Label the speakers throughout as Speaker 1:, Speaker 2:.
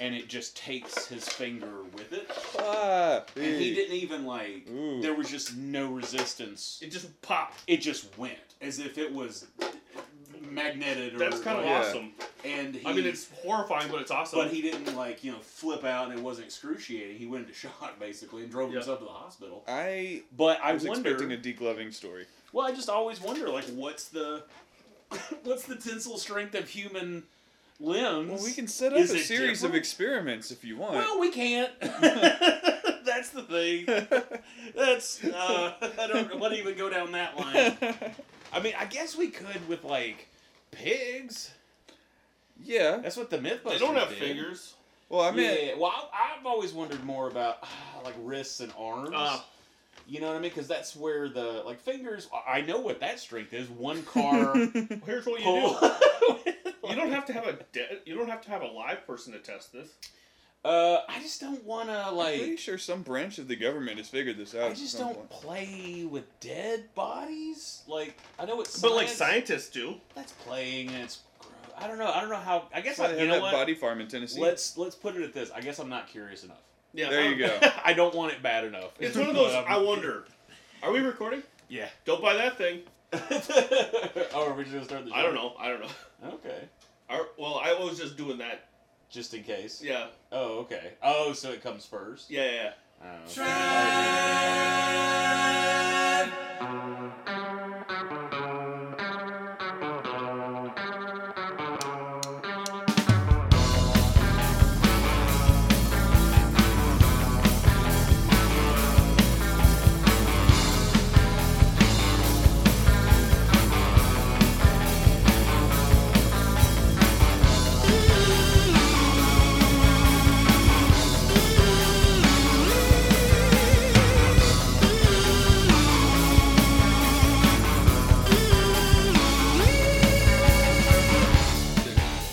Speaker 1: and it just takes his finger with it.
Speaker 2: Ah,
Speaker 1: And he
Speaker 2: eh.
Speaker 1: didn't even like.
Speaker 2: Ooh.
Speaker 1: There was just no resistance.
Speaker 3: It just popped.
Speaker 1: It just went as if it was magneted. Or,
Speaker 3: That's kind of
Speaker 2: Yeah.
Speaker 3: awesome.
Speaker 1: And he,
Speaker 3: I mean, it's horrifying, but it's awesome.
Speaker 1: but he didn't like you know flip out, and it wasn't excruciating. He went into shock basically and drove
Speaker 3: Yeah.
Speaker 1: himself to the hospital.
Speaker 2: I
Speaker 1: But I
Speaker 2: was
Speaker 1: wonder.
Speaker 2: expecting a degloving story.
Speaker 1: Well, I just always wonder, like, what's the what's the tensile strength of human limbs?
Speaker 2: Well, we can set up
Speaker 1: Is
Speaker 2: a
Speaker 1: it
Speaker 2: series
Speaker 1: different?
Speaker 2: of experiments if you want.
Speaker 1: Well, we can't. That's the thing. That's uh, I don't want to even go down that line. I mean, I guess we could with like pigs.
Speaker 2: yeah.
Speaker 1: That's what the Mythbusters
Speaker 3: they don't have
Speaker 1: did.
Speaker 3: fingers.
Speaker 2: Well, I mean,
Speaker 1: yeah. Well, I, I've always wondered more about like wrists and arms.
Speaker 3: Ah.
Speaker 1: you know what I mean? Because that's where the like fingers. I- I know what that strength is. One car.
Speaker 3: Here's what you
Speaker 1: pull.
Speaker 3: do. You don't have to have a de- you don't have to have a live person to test this.
Speaker 1: Uh, I just don't want to
Speaker 2: I'm pretty
Speaker 1: like.
Speaker 2: sure some branch of the government has figured this out.
Speaker 1: I
Speaker 2: at
Speaker 1: just
Speaker 2: some
Speaker 1: don't
Speaker 2: point.
Speaker 1: play with dead bodies. Like I know it's
Speaker 3: But like scientists do.
Speaker 1: That's playing and it's. gross. I don't know. I don't know how. I guess
Speaker 2: That's why
Speaker 1: I,
Speaker 2: they
Speaker 1: you
Speaker 2: have
Speaker 1: know
Speaker 2: that
Speaker 1: what.
Speaker 2: body farm in Tennessee.
Speaker 1: Let's let's put it at this. I guess I'm not curious enough.
Speaker 3: Yeah.
Speaker 2: There you go.
Speaker 1: I don't want it bad enough.
Speaker 3: It's one of those.
Speaker 1: Um,
Speaker 3: I wonder. Are we recording?
Speaker 1: Yeah.
Speaker 3: Don't buy that thing.
Speaker 1: oh, are we just gonna start the? Show?
Speaker 3: I don't know. I don't know.
Speaker 1: Okay.
Speaker 3: Are, well, I was just doing that.
Speaker 1: Just in case.
Speaker 3: Yeah.
Speaker 1: Oh, okay. Oh, so it comes first.
Speaker 3: Yeah. Yeah.
Speaker 1: Oh, okay.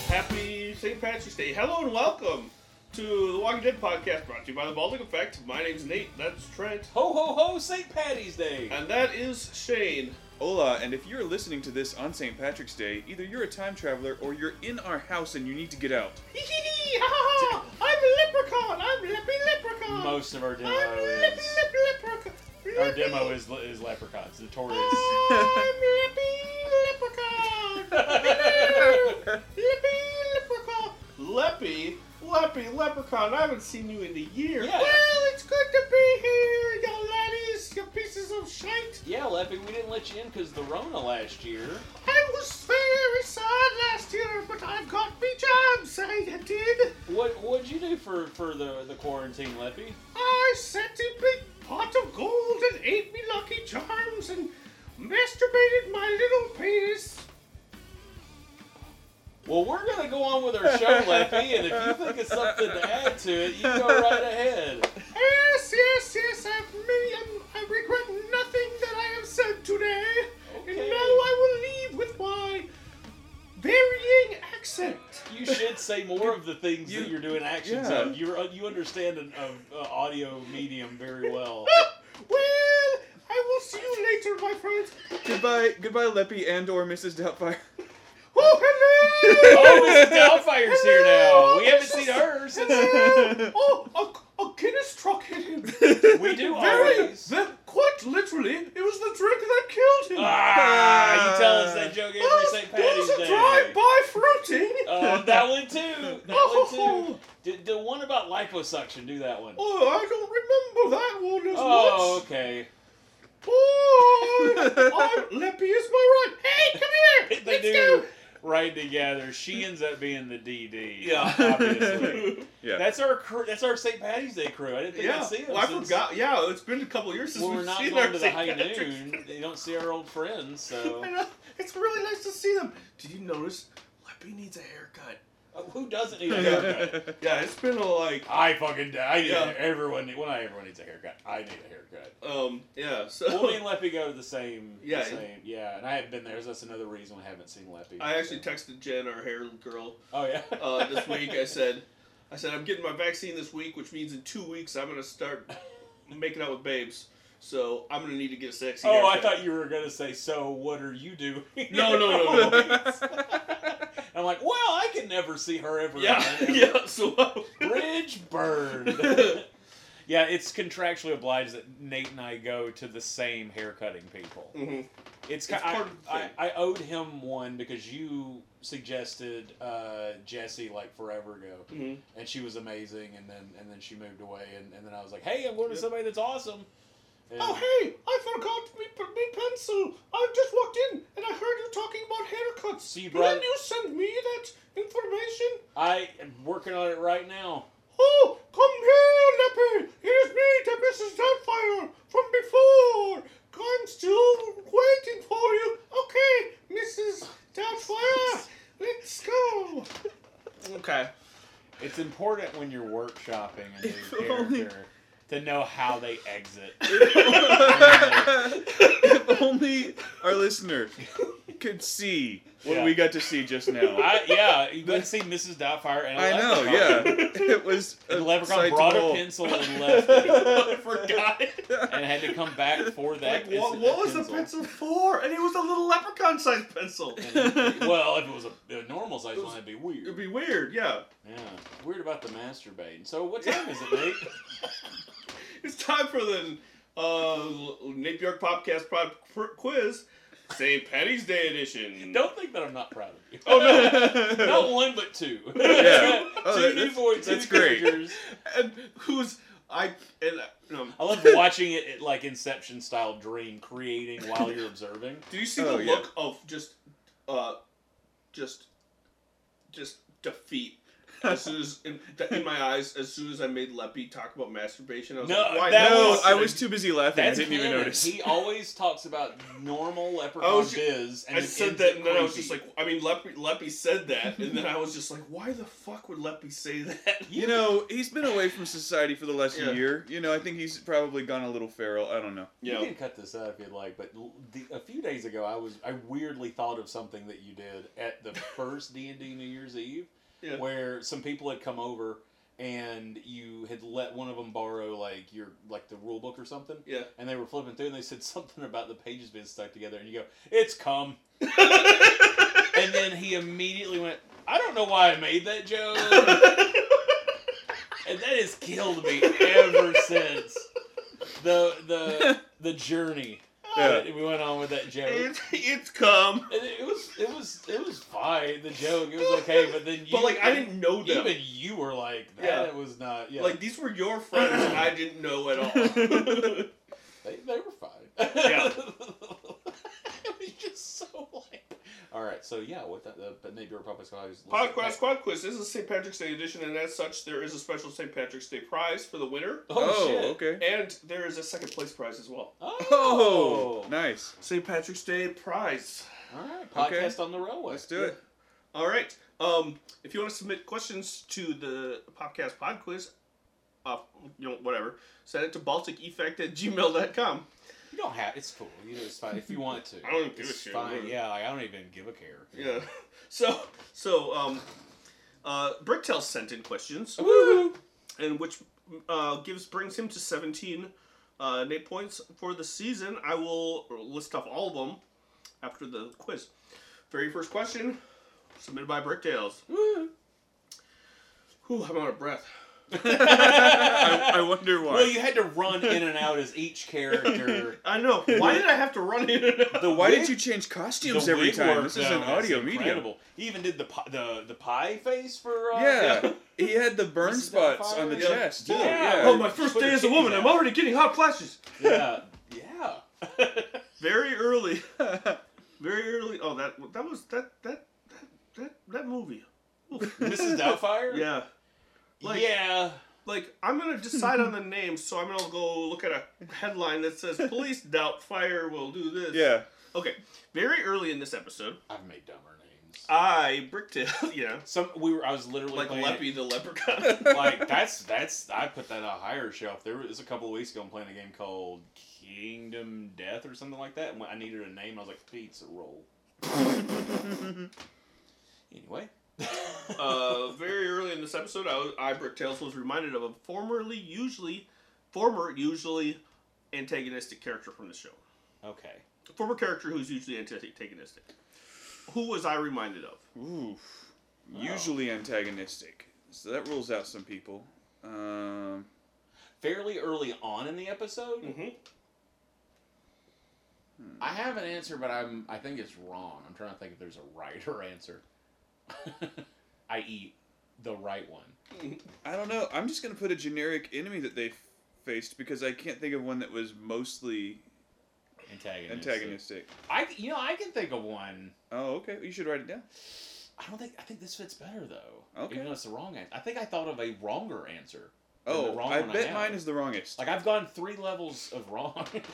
Speaker 3: Happy St. Patrick's Day. Hello and welcome to the Walking Dead podcast, brought to you by the Baltic Effect. My name's Nate. That's Trent.
Speaker 1: Ho ho ho! St. Patty's Day.
Speaker 3: And that is Shane.
Speaker 2: Hola, and if you're listening to this on St. Patrick's Day, either you're a time traveler or you're in our house and you need to get out.
Speaker 3: I'm leprechaun. I'm leppy leprechaun.
Speaker 1: Most of our demo is.
Speaker 3: leprechaun.
Speaker 1: Our demo is le- is leprechauns, notorious.
Speaker 3: Ah! leprechaun. leprechaun. Leppy, Leppy, leprechaun. I haven't seen you in a year.
Speaker 1: Yeah.
Speaker 3: Well, it's good to be here, you laddies, you pieces of shite.
Speaker 1: yeah, Leppy, we didn't let you in because the Rona last year.
Speaker 3: I was very sad last year, but I've got me jobs. I did.
Speaker 1: What what'd you do for for the the quarantine, Leppy?
Speaker 3: I set a big pot of gold and ate me lucky charms and masturbated my little penis.
Speaker 1: Well, we're gonna go on with our show, Leppy, and if you think of something to add to it, you go right ahead.
Speaker 3: Yes, yes, yes, I've many, um, I regret nothing that I have said today.
Speaker 1: Okay.
Speaker 3: And now I will leave with my varying accent.
Speaker 1: You should say more of the things
Speaker 2: You-
Speaker 1: that you're doing actions
Speaker 2: yeah.
Speaker 1: of. You're you understand an uh, uh, audio medium very well.
Speaker 3: Ah, Well, I will see you later, my friends.
Speaker 2: goodbye, goodbye, Leppy and or Mrs. Doubtfire.
Speaker 3: Oh, hello!
Speaker 1: oh, Mrs. Doubtfire's here now. We haven't seen her since
Speaker 3: Oh, a, a Guinness truck hit him.
Speaker 1: we do
Speaker 3: Very,
Speaker 1: always.
Speaker 3: the- quite literally, it was the drink that killed him.
Speaker 1: Ah, you tell us that joke every
Speaker 3: Oh,
Speaker 1: St.
Speaker 3: it was
Speaker 1: Patty's
Speaker 3: a
Speaker 1: Day.
Speaker 3: drive-by fruiting.
Speaker 1: Uh, that one too. That one too.
Speaker 3: Oh.
Speaker 1: Did the one about liposuction do that one?
Speaker 3: oh, I don't remember that one as
Speaker 1: Oh,
Speaker 3: much.
Speaker 1: okay.
Speaker 3: Oh, I, Leppy is my right. Hey, come here.
Speaker 1: They
Speaker 3: Let's
Speaker 1: do
Speaker 3: go.
Speaker 1: right together. She ends up being the DD.
Speaker 3: Yeah.
Speaker 1: obviously.
Speaker 2: Yeah.
Speaker 1: That's our crew. That's our St. Patty's Day crew. I didn't think I'd
Speaker 3: Yeah,
Speaker 1: see them.
Speaker 3: well, I
Speaker 1: since-
Speaker 3: forgot. Yeah, it's been a couple years since
Speaker 1: Well, we're
Speaker 3: we've
Speaker 1: not
Speaker 3: seen
Speaker 1: going
Speaker 3: our
Speaker 1: to the
Speaker 3: St.
Speaker 1: high
Speaker 3: Patrick's
Speaker 1: noon. You don't see our old friends, so.
Speaker 3: I know. It's really nice to see them. Did you notice Lippy needs a haircut.
Speaker 1: Uh, Who doesn't need a haircut?
Speaker 3: Yeah, it's been a like
Speaker 1: I fucking do. I need
Speaker 3: Yeah.
Speaker 1: everyone. Need, well, not everyone needs a haircut. I need a haircut.
Speaker 3: um yeah. So
Speaker 1: Well, me and Leppy go to the same.
Speaker 3: Yeah.
Speaker 1: Yeah. Same. Yeah, and I haven't been there. So that's another reason I haven't seen Leppy.
Speaker 3: I actually texted Jen, our hair girl,
Speaker 1: Oh yeah.
Speaker 3: uh, this week. I said, I said I'm getting my vaccine this week, which means in two weeks I'm gonna start making out with babes. So I'm gonna need to get a sexy.
Speaker 1: Oh, I
Speaker 3: haircut.
Speaker 1: thought you were gonna say. So what are you doing?
Speaker 3: No, no, no, no.
Speaker 1: I'm like, well, I can never see her ever.
Speaker 3: yeah,
Speaker 1: again.
Speaker 3: yeah. So oh,
Speaker 1: Bridge burned. yeah, it's contractually obliged that Nate and I go to the same haircutting people.
Speaker 3: Mhm.
Speaker 1: It's,
Speaker 3: It's
Speaker 1: kind I,
Speaker 3: part of the
Speaker 1: I,
Speaker 3: thing.
Speaker 1: I owed him one because you suggested uh, Jesse like forever ago,
Speaker 3: Mhm.
Speaker 1: and she was amazing, and then and then she moved away, and, and then I was like, hey, I'm going to somebody that's awesome. And-
Speaker 3: hey, I forgot me, me pencil. I just walked in and I heard you talking about haircuts.
Speaker 1: See, bro- Will you
Speaker 3: send me that information?
Speaker 1: I am working on it right now.
Speaker 3: Oh, come here, Leppy! It is me, the Mrs. Doubtfire, from before! I'm still waiting for you! Okay, Mrs. Doubtfire, let's go! Okay.
Speaker 1: It's important when you're workshopping a new
Speaker 2: If only-
Speaker 1: character to know how they exit.
Speaker 2: if only our listener could see what
Speaker 1: Yeah.
Speaker 2: we got to see just now.
Speaker 1: I, yeah, you went to see Mrs. Doubtfire and a
Speaker 2: I know,
Speaker 1: leprechaun.
Speaker 2: yeah. It was
Speaker 1: And the
Speaker 2: a
Speaker 1: leprechaun
Speaker 2: sight to
Speaker 1: brought a
Speaker 2: behold.
Speaker 1: pencil and left it,
Speaker 3: I forgot it.
Speaker 1: and had to come back for that.
Speaker 3: Like, what, what was the pencil for? And it was a little leprechaun sized pencil.
Speaker 1: And- well, if it was a, a normal size one, that'd be
Speaker 3: It'd
Speaker 1: weird.
Speaker 3: be weird, yeah.
Speaker 1: Yeah, weird about the masturbating. So, what time is it, Nate?
Speaker 3: It's time for the uh, Nate Bjork Podcast Prod pr- Quiz, St. Patty's Day edition.
Speaker 1: Don't think that I'm not proud of you.
Speaker 3: Oh, no.
Speaker 1: Not one, but two.
Speaker 2: Yeah. Oh,
Speaker 1: two
Speaker 2: that-
Speaker 1: new
Speaker 2: that's-
Speaker 1: voids, two
Speaker 2: that's great.
Speaker 1: characters.
Speaker 3: and who's I and uh, no.
Speaker 1: I love watching it, it like Inception style dream creating while you're observing.
Speaker 3: Do you see
Speaker 2: Oh,
Speaker 3: the
Speaker 2: yeah.
Speaker 3: look of just, uh, just, just defeat as soon as in, in my eyes as soon as I made Leppy talk about masturbation? I was
Speaker 1: No,
Speaker 3: like, why
Speaker 1: that
Speaker 3: not?
Speaker 2: No,
Speaker 1: was-
Speaker 2: I was too busy laughing. I
Speaker 1: That's
Speaker 2: didn't even
Speaker 1: canon.
Speaker 2: notice.
Speaker 1: He always talks about normal
Speaker 3: I
Speaker 1: leprechaun
Speaker 3: was ju-
Speaker 1: biz. And
Speaker 3: Oh, I
Speaker 1: it
Speaker 3: said
Speaker 1: ends
Speaker 3: that,
Speaker 1: it
Speaker 3: and then I was
Speaker 1: creepy.
Speaker 3: just like, I mean, Leppy, Leppy said that, and then I was just like, why the fuck would Leppy say that?
Speaker 2: You know, he's been away from society for the last
Speaker 3: Yeah.
Speaker 2: year. You know, I think he's probably gone a little feral. I don't know.
Speaker 3: Yeah.
Speaker 1: You can cut this out if you'd like, but l- the, a few days ago, I was I weirdly thought of something that you did at the first D and D New Year's Eve,
Speaker 3: Yeah.
Speaker 1: where some people had come over and you had let one of them borrow like your like the rule book or something,
Speaker 3: Yeah.
Speaker 1: and they were flipping through and they said something about the pages being stuck together, and you go, "It's come," and then he immediately went, "I don't know why I made that joke." And that has killed me ever since the the the journey
Speaker 2: Yeah.
Speaker 1: that we went on with that joke. And
Speaker 3: it's, it's come.
Speaker 1: it was it was it was fine. The joke it was okay, but then you
Speaker 3: But like I didn't know them.
Speaker 1: even you were like that.
Speaker 3: Yeah.
Speaker 1: It was not yeah.
Speaker 3: Like these were your friends, and I didn't know at all.
Speaker 1: they, they were fine.
Speaker 3: Yeah.
Speaker 1: it was just so like. All right, so yeah, with that, the, but maybe Republic's always
Speaker 3: Podcast Squad Quiz. This is St. Patrick's Day edition, and as such, there is a special St. Patrick's Day prize for the winner,
Speaker 1: Oh,
Speaker 2: Oh,
Speaker 1: shit.
Speaker 2: okay.
Speaker 3: and there is a second place prize as well.
Speaker 1: Oh,
Speaker 2: Oh, nice.
Speaker 3: St. Patrick's Day prize.
Speaker 1: all right.
Speaker 2: Okay.
Speaker 1: Podcast on the railway.
Speaker 2: Let's do it.
Speaker 3: All right. Um, if you want to submit questions to the podcast pod quiz, uh, you know, whatever, send it to balticeffect at gmail.com.
Speaker 1: You don't have. It's cool. You know, it's fine if you want to.
Speaker 3: I don't give a
Speaker 1: it's
Speaker 3: shit.
Speaker 1: Fine. Yeah, like, I don't even give a care.
Speaker 3: Yeah. So, so, um, uh, Bricktail sent in questions.
Speaker 1: Woo!
Speaker 3: and which uh, gives brings him to 17 uh, Nate points for the season. I will list off all of them after the quiz. Very first question, submitted by Brickdales.
Speaker 1: Woo!
Speaker 3: Whew, I'm out of breath.
Speaker 2: I, I wonder why.
Speaker 1: Well, you had to run in and out as each character.
Speaker 3: I know. Why did I have to run in and out?
Speaker 1: The
Speaker 2: why
Speaker 1: wig-
Speaker 2: did you change costumes
Speaker 1: the
Speaker 2: every
Speaker 1: wig
Speaker 2: time?
Speaker 1: work,
Speaker 2: This is
Speaker 1: though,
Speaker 2: an
Speaker 1: is
Speaker 2: audio medium.
Speaker 1: Oh, incredible. He even did the pi- the the pie face for. Uh,
Speaker 2: Yeah, he had the burn
Speaker 1: This is
Speaker 2: spots
Speaker 1: on
Speaker 2: on the
Speaker 1: fire.
Speaker 2: chest too.
Speaker 1: Yeah.
Speaker 2: Yeah.
Speaker 3: Oh, my first day as a woman. I'm already getting hot flashes.
Speaker 1: Yeah. Yeah.
Speaker 3: Very early. Very early. Oh, that that was that that that that, that movie. Oof.
Speaker 1: Mrs. Doubtfire.
Speaker 3: yeah. like-
Speaker 1: yeah.
Speaker 3: Like I'm gonna decide on the name, so I'm gonna go look at a headline that says "Police doubt fire will do this."
Speaker 2: yeah.
Speaker 3: Okay. Very early in this episode,
Speaker 1: I've made dumber names.
Speaker 3: I Bricktail. Yeah,
Speaker 1: Uh, Some we were. I was literally
Speaker 3: like
Speaker 1: playing it-
Speaker 3: Leppy the Leprechaun.
Speaker 1: like that's that's I put that on a higher shelf. There was a couple of weeks ago I'm playing a game called Kingdom Death or something like that, and when I needed a name, I was like Pizza Roll. anyway,
Speaker 3: uh, very early in this episode, I, was- I Bricktails was reminded of a formerly usually, former usually, antagonistic character from the show.
Speaker 1: okay,
Speaker 3: A former character who's usually anti- antagonistic. Who was I reminded of?
Speaker 2: Oof. Usually antagonistic. So that rules out some people. Um,
Speaker 1: fairly early on in the episode,
Speaker 3: Mhm.
Speaker 1: I have an answer, but I'm I think it's wrong. I'm trying to think if there's a righter answer, i.e., the right one.
Speaker 2: I don't know. I'm just gonna put a generic enemy that they f- faced because I can't think of one that was mostly
Speaker 1: Antagonist.
Speaker 2: antagonistic.
Speaker 1: I you know I can think of one.
Speaker 2: Oh, okay. You should write it down.
Speaker 1: I don't think I think this fits better though.
Speaker 2: Okay.
Speaker 1: Even though it's the wrong answer. I think I thought of a wronger answer. than the
Speaker 2: Oh,
Speaker 1: wrong
Speaker 2: I
Speaker 1: one
Speaker 2: bet
Speaker 1: have.
Speaker 2: mine is the wrongest.
Speaker 1: like I've gone three levels of wrong.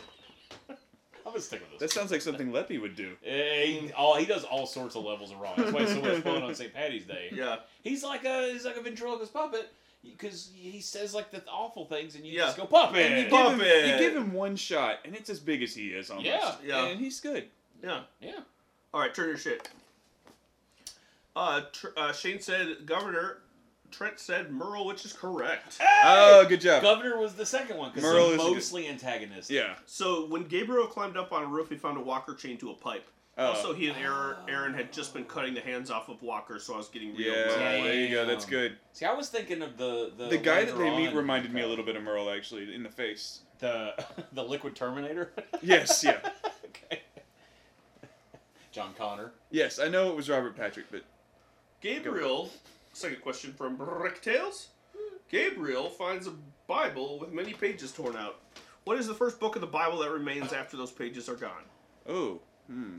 Speaker 1: I'm gonna stick with
Speaker 2: That
Speaker 1: this.
Speaker 2: sounds like something Leppy would do.
Speaker 1: Eh, he, all, he does all sorts of levels of wrong. That's why it's so much fun on St. Patty's Day.
Speaker 3: Yeah,
Speaker 1: He's like a he's like a ventriloquist puppet because he says like the awful things and you
Speaker 3: Yeah.
Speaker 1: just go puppet.
Speaker 2: And you give, him, you
Speaker 3: Puppet.
Speaker 2: give him one shot, and it's as big as he is almost.
Speaker 1: Yeah.
Speaker 3: Yeah.
Speaker 2: And he's good.
Speaker 3: yeah.
Speaker 1: yeah.
Speaker 3: All right, turn your shit. Uh, tr- uh, Shane said Governor. Trent said Merle, which is correct.
Speaker 2: Oh, good job.
Speaker 1: Governor was the second one because
Speaker 2: Merle
Speaker 1: they're
Speaker 2: is a good-
Speaker 1: mostly antagonistic.
Speaker 2: Yeah.
Speaker 3: So when Gabriel climbed up on a roof, he found a walker chained to a pipe.
Speaker 2: Oh.
Speaker 3: Also, he and Aaron, Aaron had just been cutting the hands off of walkers, so I was getting
Speaker 2: Yeah,
Speaker 3: real. mad.
Speaker 2: there you go. That's
Speaker 1: Damn.
Speaker 2: good.
Speaker 1: See, I was thinking of the the,
Speaker 2: The guy that
Speaker 1: later
Speaker 2: they meet
Speaker 1: on-
Speaker 2: reminded me a little bit of Merle, actually, in the face.
Speaker 1: the the Liquid Terminator.
Speaker 2: Yes, yeah.
Speaker 1: okay. John Connor.
Speaker 2: Yes, I know it was Robert Patrick, but
Speaker 3: Gabriel, second question from Bricktails. Gabriel finds a Bible with many pages torn out. What is the first book of the Bible that remains after those pages are gone?
Speaker 2: oh, hmm.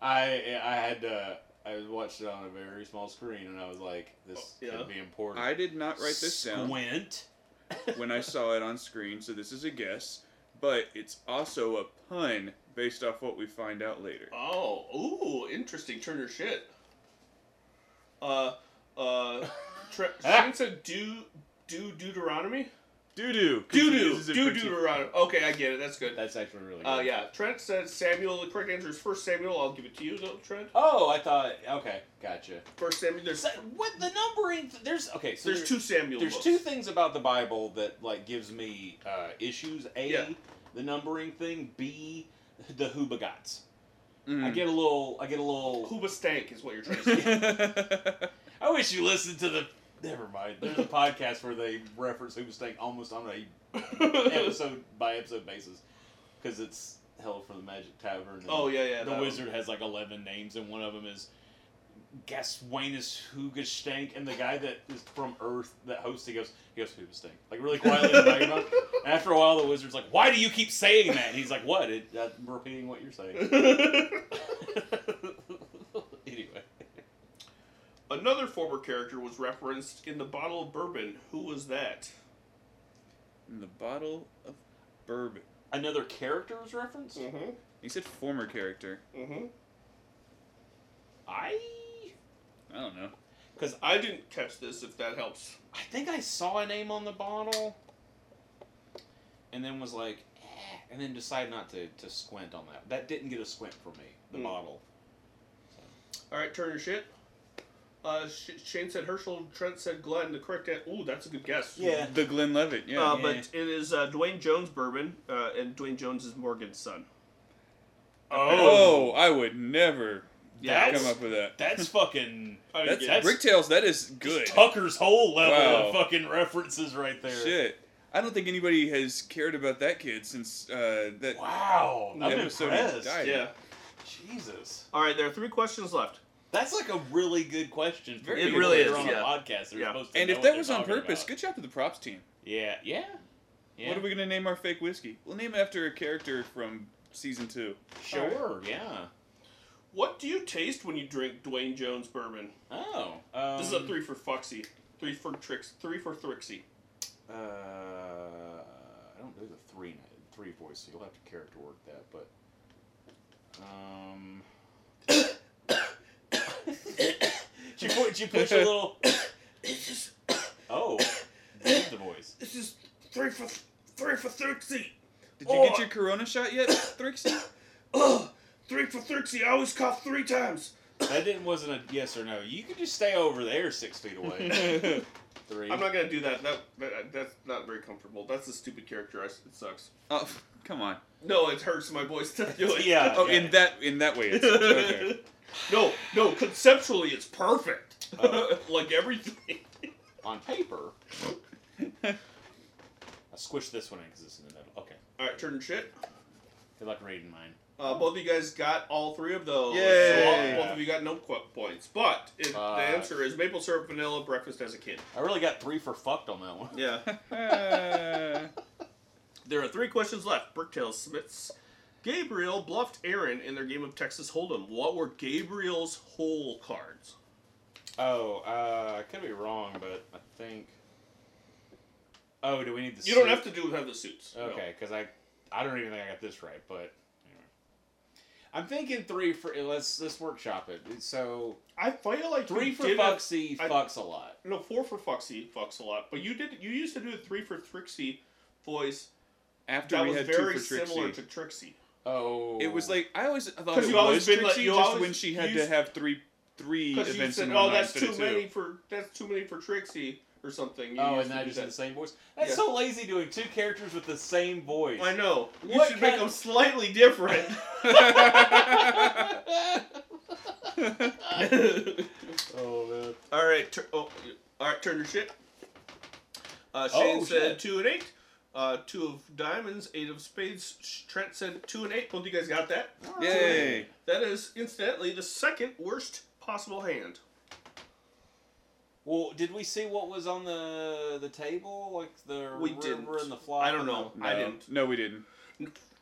Speaker 1: I I had uh, I watched it on a very small screen and I was like, this
Speaker 3: Oh, yeah.
Speaker 1: could be important.
Speaker 2: I did not write this down
Speaker 1: Squint.
Speaker 2: when I saw it on screen, so this is a guess, but it's also a pun based off what we find out later.
Speaker 3: Oh, ooh, interesting. Turn your shit. Uh, uh, Tre- Shane said do do Deuteronomy.
Speaker 2: Doo doo.
Speaker 3: Do do do Deuteronomy. Okay, I get it. That's good.
Speaker 1: That's actually really. Good.
Speaker 3: Uh, yeah. Trent said Samuel. The correct answer is First Samuel. I'll give it to you, though, Trent.
Speaker 1: Oh, I thought. Okay, gotcha.
Speaker 3: First Samuel. There's
Speaker 1: So, what the numbering? There's okay. So
Speaker 3: there's
Speaker 1: there-
Speaker 3: two Samuel.
Speaker 1: There's
Speaker 3: books.
Speaker 1: two things about the Bible that like gives me uh, issues. A,
Speaker 3: Yeah.
Speaker 1: the numbering thing. B, the who begots.
Speaker 3: Hmm.
Speaker 1: I
Speaker 2: Mm.
Speaker 1: get a little. I get a little.
Speaker 3: Kuba Stank is what you're trying to say.
Speaker 1: I wish you listened to the. Never mind. There's a podcast where they reference Who Mistake almost on a episode by episode basis because it's Hell for the Magic Tavern. and
Speaker 3: oh yeah, yeah.
Speaker 1: The
Speaker 3: that one.
Speaker 1: wizard has like eleven names, and one of them is Gaswainus Hoogastank, and the guy that is from Earth that hosts, he goes, he goes Hoogastank, like really quietly in the background. And after a while, the wizard's like, "Why do you keep saying that?" And he's like, "What? It, I'm repeating what you're saying." anyway,
Speaker 3: Another former character was referenced in the bottle of bourbon. Who was that?
Speaker 2: In the bottle of bourbon.
Speaker 1: another character was referenced.
Speaker 3: Mm-hmm.
Speaker 2: He said former character.
Speaker 3: Mm-hmm.
Speaker 1: I,
Speaker 2: I don't know.
Speaker 1: because I,
Speaker 3: I didn't catch this. If that helps.
Speaker 1: I think I saw a name on the bottle, and then was like, eh, and then decided not to to squint on that. That didn't get a squint for me. The
Speaker 3: Mm.
Speaker 1: bottle.
Speaker 3: All right, turn your shit. Uh, Sh- Shane said Herschel. Trent said Glenn. The correct answer. Ooh, that's a good guess.
Speaker 1: Yeah.
Speaker 2: The Glenn Levitt, yeah.
Speaker 3: Uh,
Speaker 1: Yeah.
Speaker 3: But it is uh, Dwayne Jones bourbon, uh, and Dwayne Jones is Morgan's son.
Speaker 2: oh, I would never
Speaker 3: Yeah.
Speaker 2: come up with that.
Speaker 1: That's fucking. I
Speaker 2: That's,
Speaker 1: mean, that's
Speaker 2: Bricktails, that is good.
Speaker 1: Tucker's whole level of
Speaker 2: Wow.
Speaker 1: fucking references right there.
Speaker 2: Shit. I don't think anybody has cared about that kid since uh, that
Speaker 1: Wow. I'm
Speaker 2: episode he
Speaker 1: impressed.
Speaker 2: died.
Speaker 3: Yeah.
Speaker 1: Jesus.
Speaker 3: All right, there are three questions left.
Speaker 1: That's like a really good question. for
Speaker 3: It
Speaker 1: people
Speaker 3: really
Speaker 1: that are on
Speaker 3: is, yeah.
Speaker 1: a podcast. They're
Speaker 3: Yeah.
Speaker 1: supposed to
Speaker 2: And
Speaker 1: know
Speaker 2: if
Speaker 1: what
Speaker 2: that
Speaker 1: they're
Speaker 2: was on
Speaker 1: talking
Speaker 2: purpose,
Speaker 1: about.
Speaker 2: good job to the props team.
Speaker 1: Yeah. Yeah. Yeah.
Speaker 2: What are we gonna name our fake whiskey? We'll name it after a character from season two.
Speaker 1: Sure. Yeah.
Speaker 3: What do you taste when you drink Dwayne Jones bourbon?
Speaker 1: Oh. Um,
Speaker 3: This is a three for Foxy, three for Trix, three for Thrixy.
Speaker 1: Uh, I don't do the three three voice, so you'll have to character work that. But Um, she put she puts a little. Oh, did the voice.
Speaker 3: This is three for three for thirty.
Speaker 2: Did you
Speaker 1: Oh,
Speaker 2: get your corona shot yet, Thrixie?
Speaker 3: Oh, Ugh, three for thirty. I always cough three times.
Speaker 1: That didn't wasn't a yes or no. You could just stay over there six feet away.
Speaker 3: I'm
Speaker 1: 3
Speaker 3: not gonna do that. That, that that's not very comfortable. That's a stupid character. I, it sucks.
Speaker 2: Oh, come on.
Speaker 3: No, it hurts my voice to do it.
Speaker 1: Yeah.
Speaker 2: Oh,
Speaker 1: yeah.
Speaker 2: in that in that way. It's, okay.
Speaker 3: No, no. Conceptually, it's perfect.
Speaker 1: Oh.
Speaker 3: like everything.
Speaker 1: on paper. I squish this one in because it's in the middle. Okay.
Speaker 3: All right, turn shit.
Speaker 1: Good luck reading mine.
Speaker 3: Uh, both of you guys got all three of those.
Speaker 2: Yay.
Speaker 3: So all- both of you got no qu- points. But if
Speaker 1: Fuck.
Speaker 3: the answer is maple syrup, vanilla, breakfast as a kid.
Speaker 1: I really got three for fucked on that one.
Speaker 3: Yeah.
Speaker 2: Uh,
Speaker 3: There are three questions left. Bricktail Smiths. Gabriel bluffed Aaron in their game of Texas Hold'em. What were Gabriel's hole cards?
Speaker 1: Oh, uh, I could be wrong, but I think. Oh, do we need the?
Speaker 3: You don't have to do have the suits. No.
Speaker 1: Okay, because I, I don't even think I got this right, but. anyway. I'm thinking three for let's let's workshop it. So
Speaker 3: I feel like
Speaker 1: three
Speaker 3: you
Speaker 1: for
Speaker 3: did have-
Speaker 1: Foxy
Speaker 3: I-
Speaker 1: fucks a lot.
Speaker 3: no, four for Foxy fucks a lot. But you did you used to do a three for Trixie voice
Speaker 2: after
Speaker 3: that
Speaker 2: we
Speaker 3: was
Speaker 2: had
Speaker 3: very
Speaker 2: two for Trixie,
Speaker 3: similar to Trixie.
Speaker 1: Oh,
Speaker 2: it was like I always thought
Speaker 3: 'Cause
Speaker 2: it
Speaker 3: you always
Speaker 2: was
Speaker 3: been
Speaker 2: Trixie
Speaker 3: like- you
Speaker 2: just
Speaker 3: always-
Speaker 2: when she had
Speaker 3: you
Speaker 2: to
Speaker 3: s-
Speaker 2: have three three
Speaker 3: Because you
Speaker 2: events
Speaker 3: said,
Speaker 2: in one
Speaker 3: "Oh,
Speaker 2: night
Speaker 3: that's
Speaker 2: instead
Speaker 3: too
Speaker 2: of two."
Speaker 3: many for that's too many for Trixie or something." You
Speaker 1: Oh,
Speaker 3: used
Speaker 1: and
Speaker 3: to
Speaker 1: I
Speaker 3: do
Speaker 1: just had
Speaker 3: that.
Speaker 1: the same voice. That's
Speaker 3: Yeah.
Speaker 1: so lazy doing two characters with the same voice.
Speaker 3: I know. You
Speaker 1: What
Speaker 3: should make
Speaker 1: kind
Speaker 3: them
Speaker 1: of-
Speaker 3: slightly different.
Speaker 1: oh man.
Speaker 3: all right, tur- oh, all right, turn your shit. Uh, Shane
Speaker 1: Oh, shit.
Speaker 3: said two and eight. Uh, two of diamonds, eight of spades. Sh- Trent said two and eight. Both of you guys got that.
Speaker 2: Yay!
Speaker 3: That is incidentally the second worst possible hand.
Speaker 1: Well, did we see what was on the the table, like the
Speaker 3: We
Speaker 1: river
Speaker 3: didn't.
Speaker 1: and the flop?
Speaker 3: I don't know.
Speaker 2: No,
Speaker 3: I didn't.
Speaker 2: No, we didn't.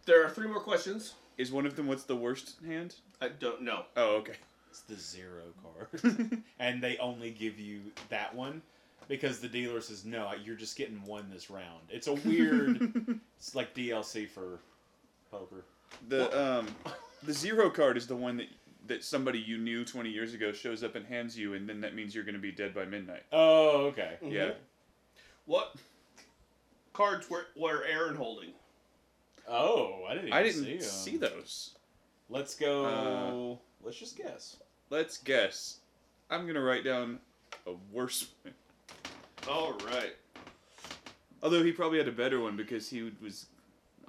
Speaker 3: There are three more questions.
Speaker 2: Is one of them what's the worst hand?
Speaker 3: I don't know.
Speaker 2: Oh, okay.
Speaker 1: It's the zero card, and they only give you that one because the dealer says no. You're just getting one this round. It's a weird. it's like DLC for poker.
Speaker 2: The um, the zero card is the one that that somebody you knew 20 years ago shows up and hands you, and then that means you're going to be dead by midnight.
Speaker 1: Oh, okay.
Speaker 2: Yeah.
Speaker 3: What cards were, were Aaron holding?
Speaker 1: Oh, I didn't. Even
Speaker 2: I didn't
Speaker 1: 'em.
Speaker 2: see uh, those.
Speaker 1: Let's go. let's just guess.
Speaker 2: Let's guess. I'm going to write down a worse one.
Speaker 3: All right.
Speaker 2: Although he probably had a better one because he was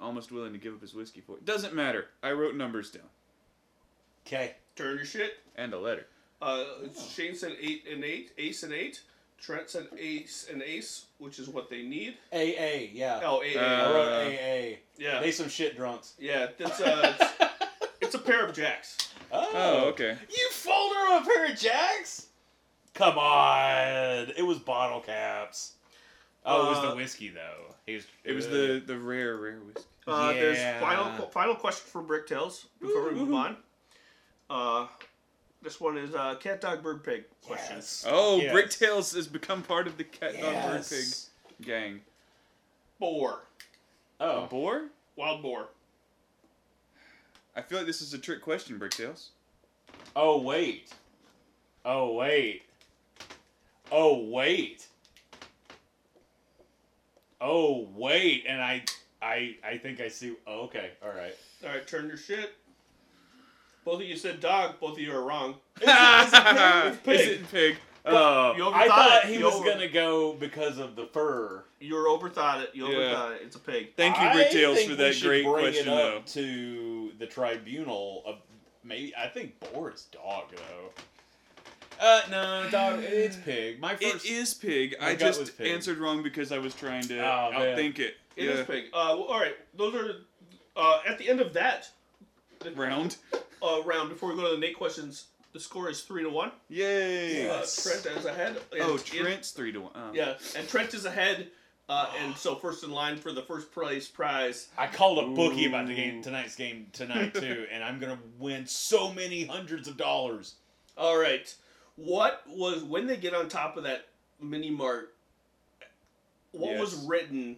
Speaker 2: almost willing to give up his whiskey for it. Doesn't matter. I wrote numbers down
Speaker 1: Okay.
Speaker 3: Turn your shit.
Speaker 2: and a letter.
Speaker 3: Uh,
Speaker 1: Oh.
Speaker 3: Shane said eight and eight, ace and eight. Trent said ace and ace, which is what they need.
Speaker 1: AA. Yeah.
Speaker 3: Oh, eight. eight,
Speaker 2: Uh,
Speaker 1: I
Speaker 3: all right.
Speaker 1: wrote AA.
Speaker 3: yeah,
Speaker 1: They some shit drunks.
Speaker 3: yeah. That's uh, it's, it's a pair of jacks.
Speaker 1: Oh,
Speaker 2: Oh, okay.
Speaker 1: You fold her a pair of jacks? Come on. It was bottle caps. Oh, it was
Speaker 3: Uh,
Speaker 1: the whiskey though. He was,
Speaker 2: It was the the rare rare whiskey.
Speaker 3: Uh,
Speaker 1: Yeah.
Speaker 3: There's final final question for Bricktails before we move on. Uh, this one is uh, cat, dog, bird, pig questions.
Speaker 2: Oh,
Speaker 1: Yes.
Speaker 2: Bricktails has become part of the cat dog bird pig
Speaker 1: Yes.
Speaker 2: gang.
Speaker 3: Boar,
Speaker 2: A
Speaker 1: Oh,
Speaker 2: boar?
Speaker 3: wild boar.
Speaker 2: I feel like this is a trick question, Bricktails.
Speaker 1: oh wait. Oh wait. Oh wait. Oh wait, and I I I think I see oh, okay. All right.
Speaker 3: All right, turn your shit. Both of you said dog. Both of you are wrong.
Speaker 2: is
Speaker 3: pig?
Speaker 2: it pig? Oh,
Speaker 3: You overthought
Speaker 1: I thought
Speaker 3: it.
Speaker 1: he
Speaker 3: You
Speaker 1: was
Speaker 3: over-
Speaker 1: going to go because of the fur.
Speaker 3: You were overthought it. You
Speaker 2: Yeah.
Speaker 3: overthought it. It's a pig.
Speaker 2: thank you,
Speaker 1: I
Speaker 2: Bricktails,
Speaker 1: think
Speaker 2: for
Speaker 1: we
Speaker 2: that
Speaker 1: should
Speaker 2: great
Speaker 1: bring
Speaker 2: question,
Speaker 1: it up
Speaker 2: though.
Speaker 1: To the tribunal of maybe I think boar is dog though. Uh no, dog. It's pig. My
Speaker 2: It
Speaker 1: first.
Speaker 2: is pig.
Speaker 1: My
Speaker 2: I
Speaker 1: gut was
Speaker 2: just
Speaker 1: pig.
Speaker 2: answered wrong because I was trying to
Speaker 1: Oh, man.
Speaker 2: outthink it.
Speaker 3: It
Speaker 2: yeah.
Speaker 3: is pig. Uh, well, all right. Those are uh, at the end of that the-
Speaker 2: Round.
Speaker 3: uh, round. Before we go to the Nate questions, the score is three to one.
Speaker 2: Yay.
Speaker 1: Yes.
Speaker 3: Uh, Trent is ahead. and-
Speaker 2: Oh, Trent's three to one. Oh.
Speaker 3: and- yeah, and Trent is ahead, uh, and so first in line for the first place prize.
Speaker 1: I called a bookie about the game tonight's game tonight too, and I'm gonna win so many hundreds of dollars.
Speaker 3: All right. What was when they get on top of that mini mart? What was
Speaker 2: Yes.
Speaker 3: written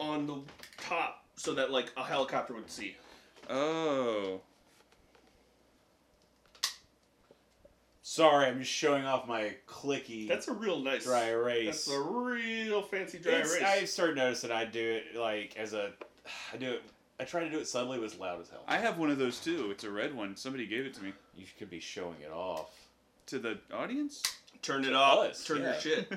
Speaker 3: on the top so that like a helicopter would see?
Speaker 2: Oh.
Speaker 1: Sorry, I'm just showing off my clicky
Speaker 3: That's a real nice
Speaker 1: dry erase.
Speaker 3: That's a real fancy dry
Speaker 1: It's-
Speaker 3: erase.
Speaker 1: I started noticing I do it like as a, I do it. I try to do it subtly, but it's loud as hell.
Speaker 2: I have one of those too. It's a red one. Somebody gave it to me.
Speaker 1: you could be showing it off.
Speaker 2: To the audience?
Speaker 3: Turn it off.
Speaker 1: us,
Speaker 3: Turn
Speaker 1: yeah. Oh.
Speaker 3: your shit.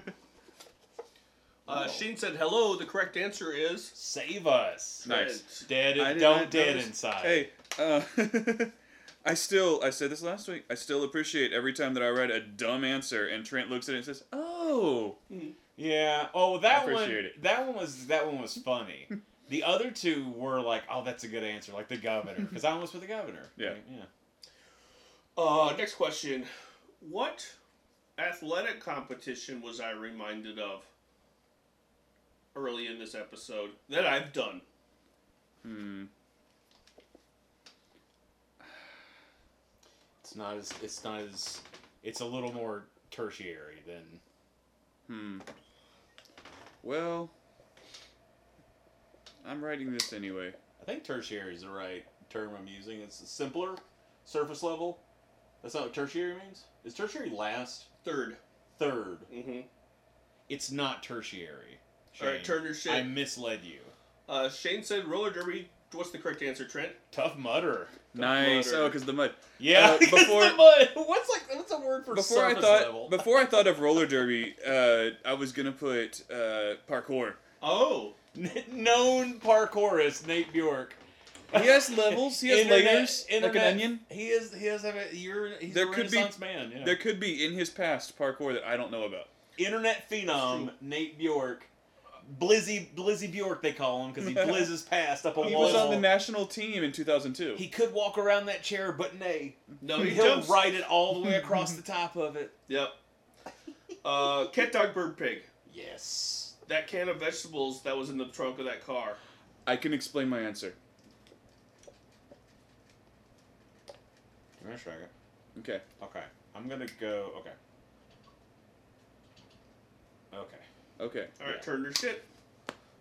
Speaker 3: uh, Shane said, "Hello." The correct answer is
Speaker 1: Save us.
Speaker 2: Nice.
Speaker 1: Dead.
Speaker 2: I did
Speaker 1: Don't
Speaker 2: not
Speaker 1: dead
Speaker 2: notice-
Speaker 1: inside.
Speaker 2: Hey, uh, I still, I said this last week, I still appreciate every time that I write a dumb answer and Trent looks at it and says, oh.
Speaker 1: Yeah. Oh, that one.
Speaker 2: appreciate it.
Speaker 1: That one was that one was funny. the other two were like, oh, that's a good answer, like the governor, because I almost put the governor.
Speaker 2: Yeah.
Speaker 1: Right? Yeah.
Speaker 3: Uh, next question. What athletic competition was I reminded of early in this episode that I've done?
Speaker 2: Hmm.
Speaker 1: It's not as. It's not as. It's a little more tertiary than.
Speaker 2: Hmm. Well, I'm writing this anyway.
Speaker 1: I think tertiary is the right term I'm using. It's simpler, surface level. That's not what tertiary means. Is tertiary last?
Speaker 3: 3rd
Speaker 1: Third.
Speaker 3: Mm-hmm.
Speaker 1: It's not tertiary.
Speaker 3: All right,
Speaker 1: Shane.
Speaker 3: turn your shit.
Speaker 1: I misled you.
Speaker 3: Uh, Shane said roller derby. What's the correct answer, Trent?
Speaker 1: Tough mutter.
Speaker 2: nice.
Speaker 3: mutter.
Speaker 2: Oh, because the mud.
Speaker 1: Yeah.
Speaker 2: Uh,
Speaker 1: it's
Speaker 2: before-
Speaker 1: the mud. What's like? What's a word for
Speaker 2: Before I
Speaker 1: surface
Speaker 2: thought,
Speaker 1: level?
Speaker 2: before I thought of roller derby, uh, I was gonna put uh, parkour.
Speaker 3: Oh,
Speaker 1: N- known parkourist Nate Bjork.
Speaker 2: He has levels. He has
Speaker 1: Internet-
Speaker 2: layers, like
Speaker 1: internet-
Speaker 2: an onion.
Speaker 1: He is. He is. A, you're. He's
Speaker 2: There
Speaker 1: a
Speaker 2: could be-
Speaker 1: renaissance man. Yeah.
Speaker 2: There could be in his past parkour that I don't know about.
Speaker 1: Internet phenom Nate Bjork, Blizzy Blizzy Bjork they call him because he blizzes past up a
Speaker 2: He
Speaker 1: wall.
Speaker 2: was on the national team in 2002.
Speaker 1: he could walk around that chair, but nay,
Speaker 3: no, he
Speaker 1: he'll
Speaker 3: jumps.
Speaker 1: ride it all the way across the top of it.
Speaker 3: Yep. Uh, cat, dog, bird, pig.
Speaker 1: Yes.
Speaker 3: That can of vegetables that was in the trunk of that car.
Speaker 2: I can explain my answer.
Speaker 1: You want to try it?
Speaker 2: Okay.
Speaker 1: Okay. I'm gonna go. Okay. Okay.
Speaker 2: Okay.
Speaker 3: All right, turn your shit.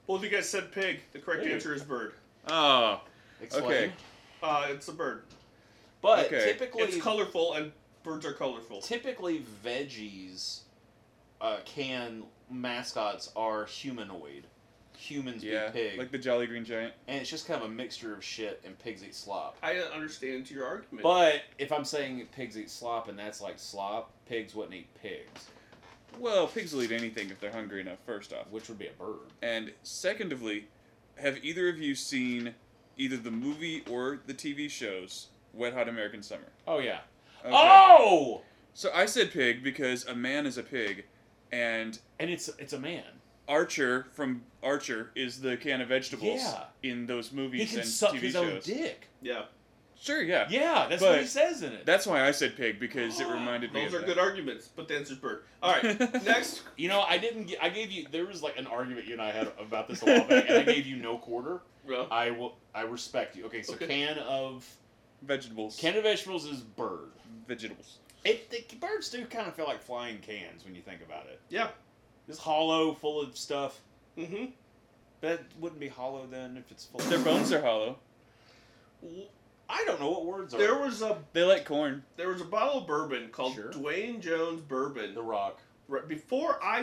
Speaker 3: Both you guys said pig. The correct
Speaker 1: Pig.
Speaker 3: answer is bird.
Speaker 2: Oh.
Speaker 1: Explain.
Speaker 2: Okay.
Speaker 3: Uh, it's a bird.
Speaker 1: But
Speaker 2: Okay.
Speaker 1: typically,
Speaker 3: It's colorful and birds are colorful.
Speaker 1: typically veggies uh, can mascots are humanoid humans
Speaker 2: Yeah.
Speaker 1: be pig
Speaker 2: Like the Jolly Green Giant.
Speaker 1: and it's just kind of a mixture of shit and pigs eat slop
Speaker 3: I understand your argument.
Speaker 1: but if i'm saying pigs eat slop and that's like slop pigs wouldn't eat pigs
Speaker 2: Well, pigs will eat anything if they're hungry enough. First off,
Speaker 1: which would be a bird
Speaker 2: and secondly, have either of you seen either the movie or the TV shows Wet Hot American Summer?
Speaker 1: oh yeah
Speaker 2: Okay.
Speaker 1: oh
Speaker 2: So I said pig because a man is a pig, and
Speaker 1: and it's it's a man
Speaker 2: Archer from Archer is the can of vegetables
Speaker 1: Yeah.
Speaker 2: in those movies
Speaker 1: he can
Speaker 2: and
Speaker 1: suck
Speaker 2: TV
Speaker 1: his own
Speaker 2: shows.
Speaker 1: dick
Speaker 3: yeah,
Speaker 2: Sure, yeah.
Speaker 1: yeah that's
Speaker 2: But
Speaker 1: what he says in it
Speaker 2: That's why I said pig because it reminded me.
Speaker 3: those
Speaker 2: of
Speaker 3: are
Speaker 2: that.
Speaker 3: good arguments. But the answer's bird. All right, next.
Speaker 1: you know i didn't gi- i gave you there was like an argument you and i had about this a while back and i gave you no quarter
Speaker 3: Well,
Speaker 1: I will. I respect you. Okay, so
Speaker 3: Okay.
Speaker 1: can of
Speaker 2: Vegetables.
Speaker 1: can of vegetables is bird.
Speaker 2: vegetables.
Speaker 1: It the, birds do kind of feel like flying cans when you think about it.
Speaker 3: yeah.
Speaker 1: This hollow, full of stuff.
Speaker 3: Mm-hmm.
Speaker 1: That wouldn't be hollow then if it's full.
Speaker 2: Their bones are hollow.
Speaker 1: I don't know what words are.
Speaker 3: There was a
Speaker 2: They like corn.
Speaker 3: there was a bottle of bourbon called
Speaker 1: Sure.
Speaker 3: Dwayne Jones Bourbon.
Speaker 1: the rock.
Speaker 3: Right Before I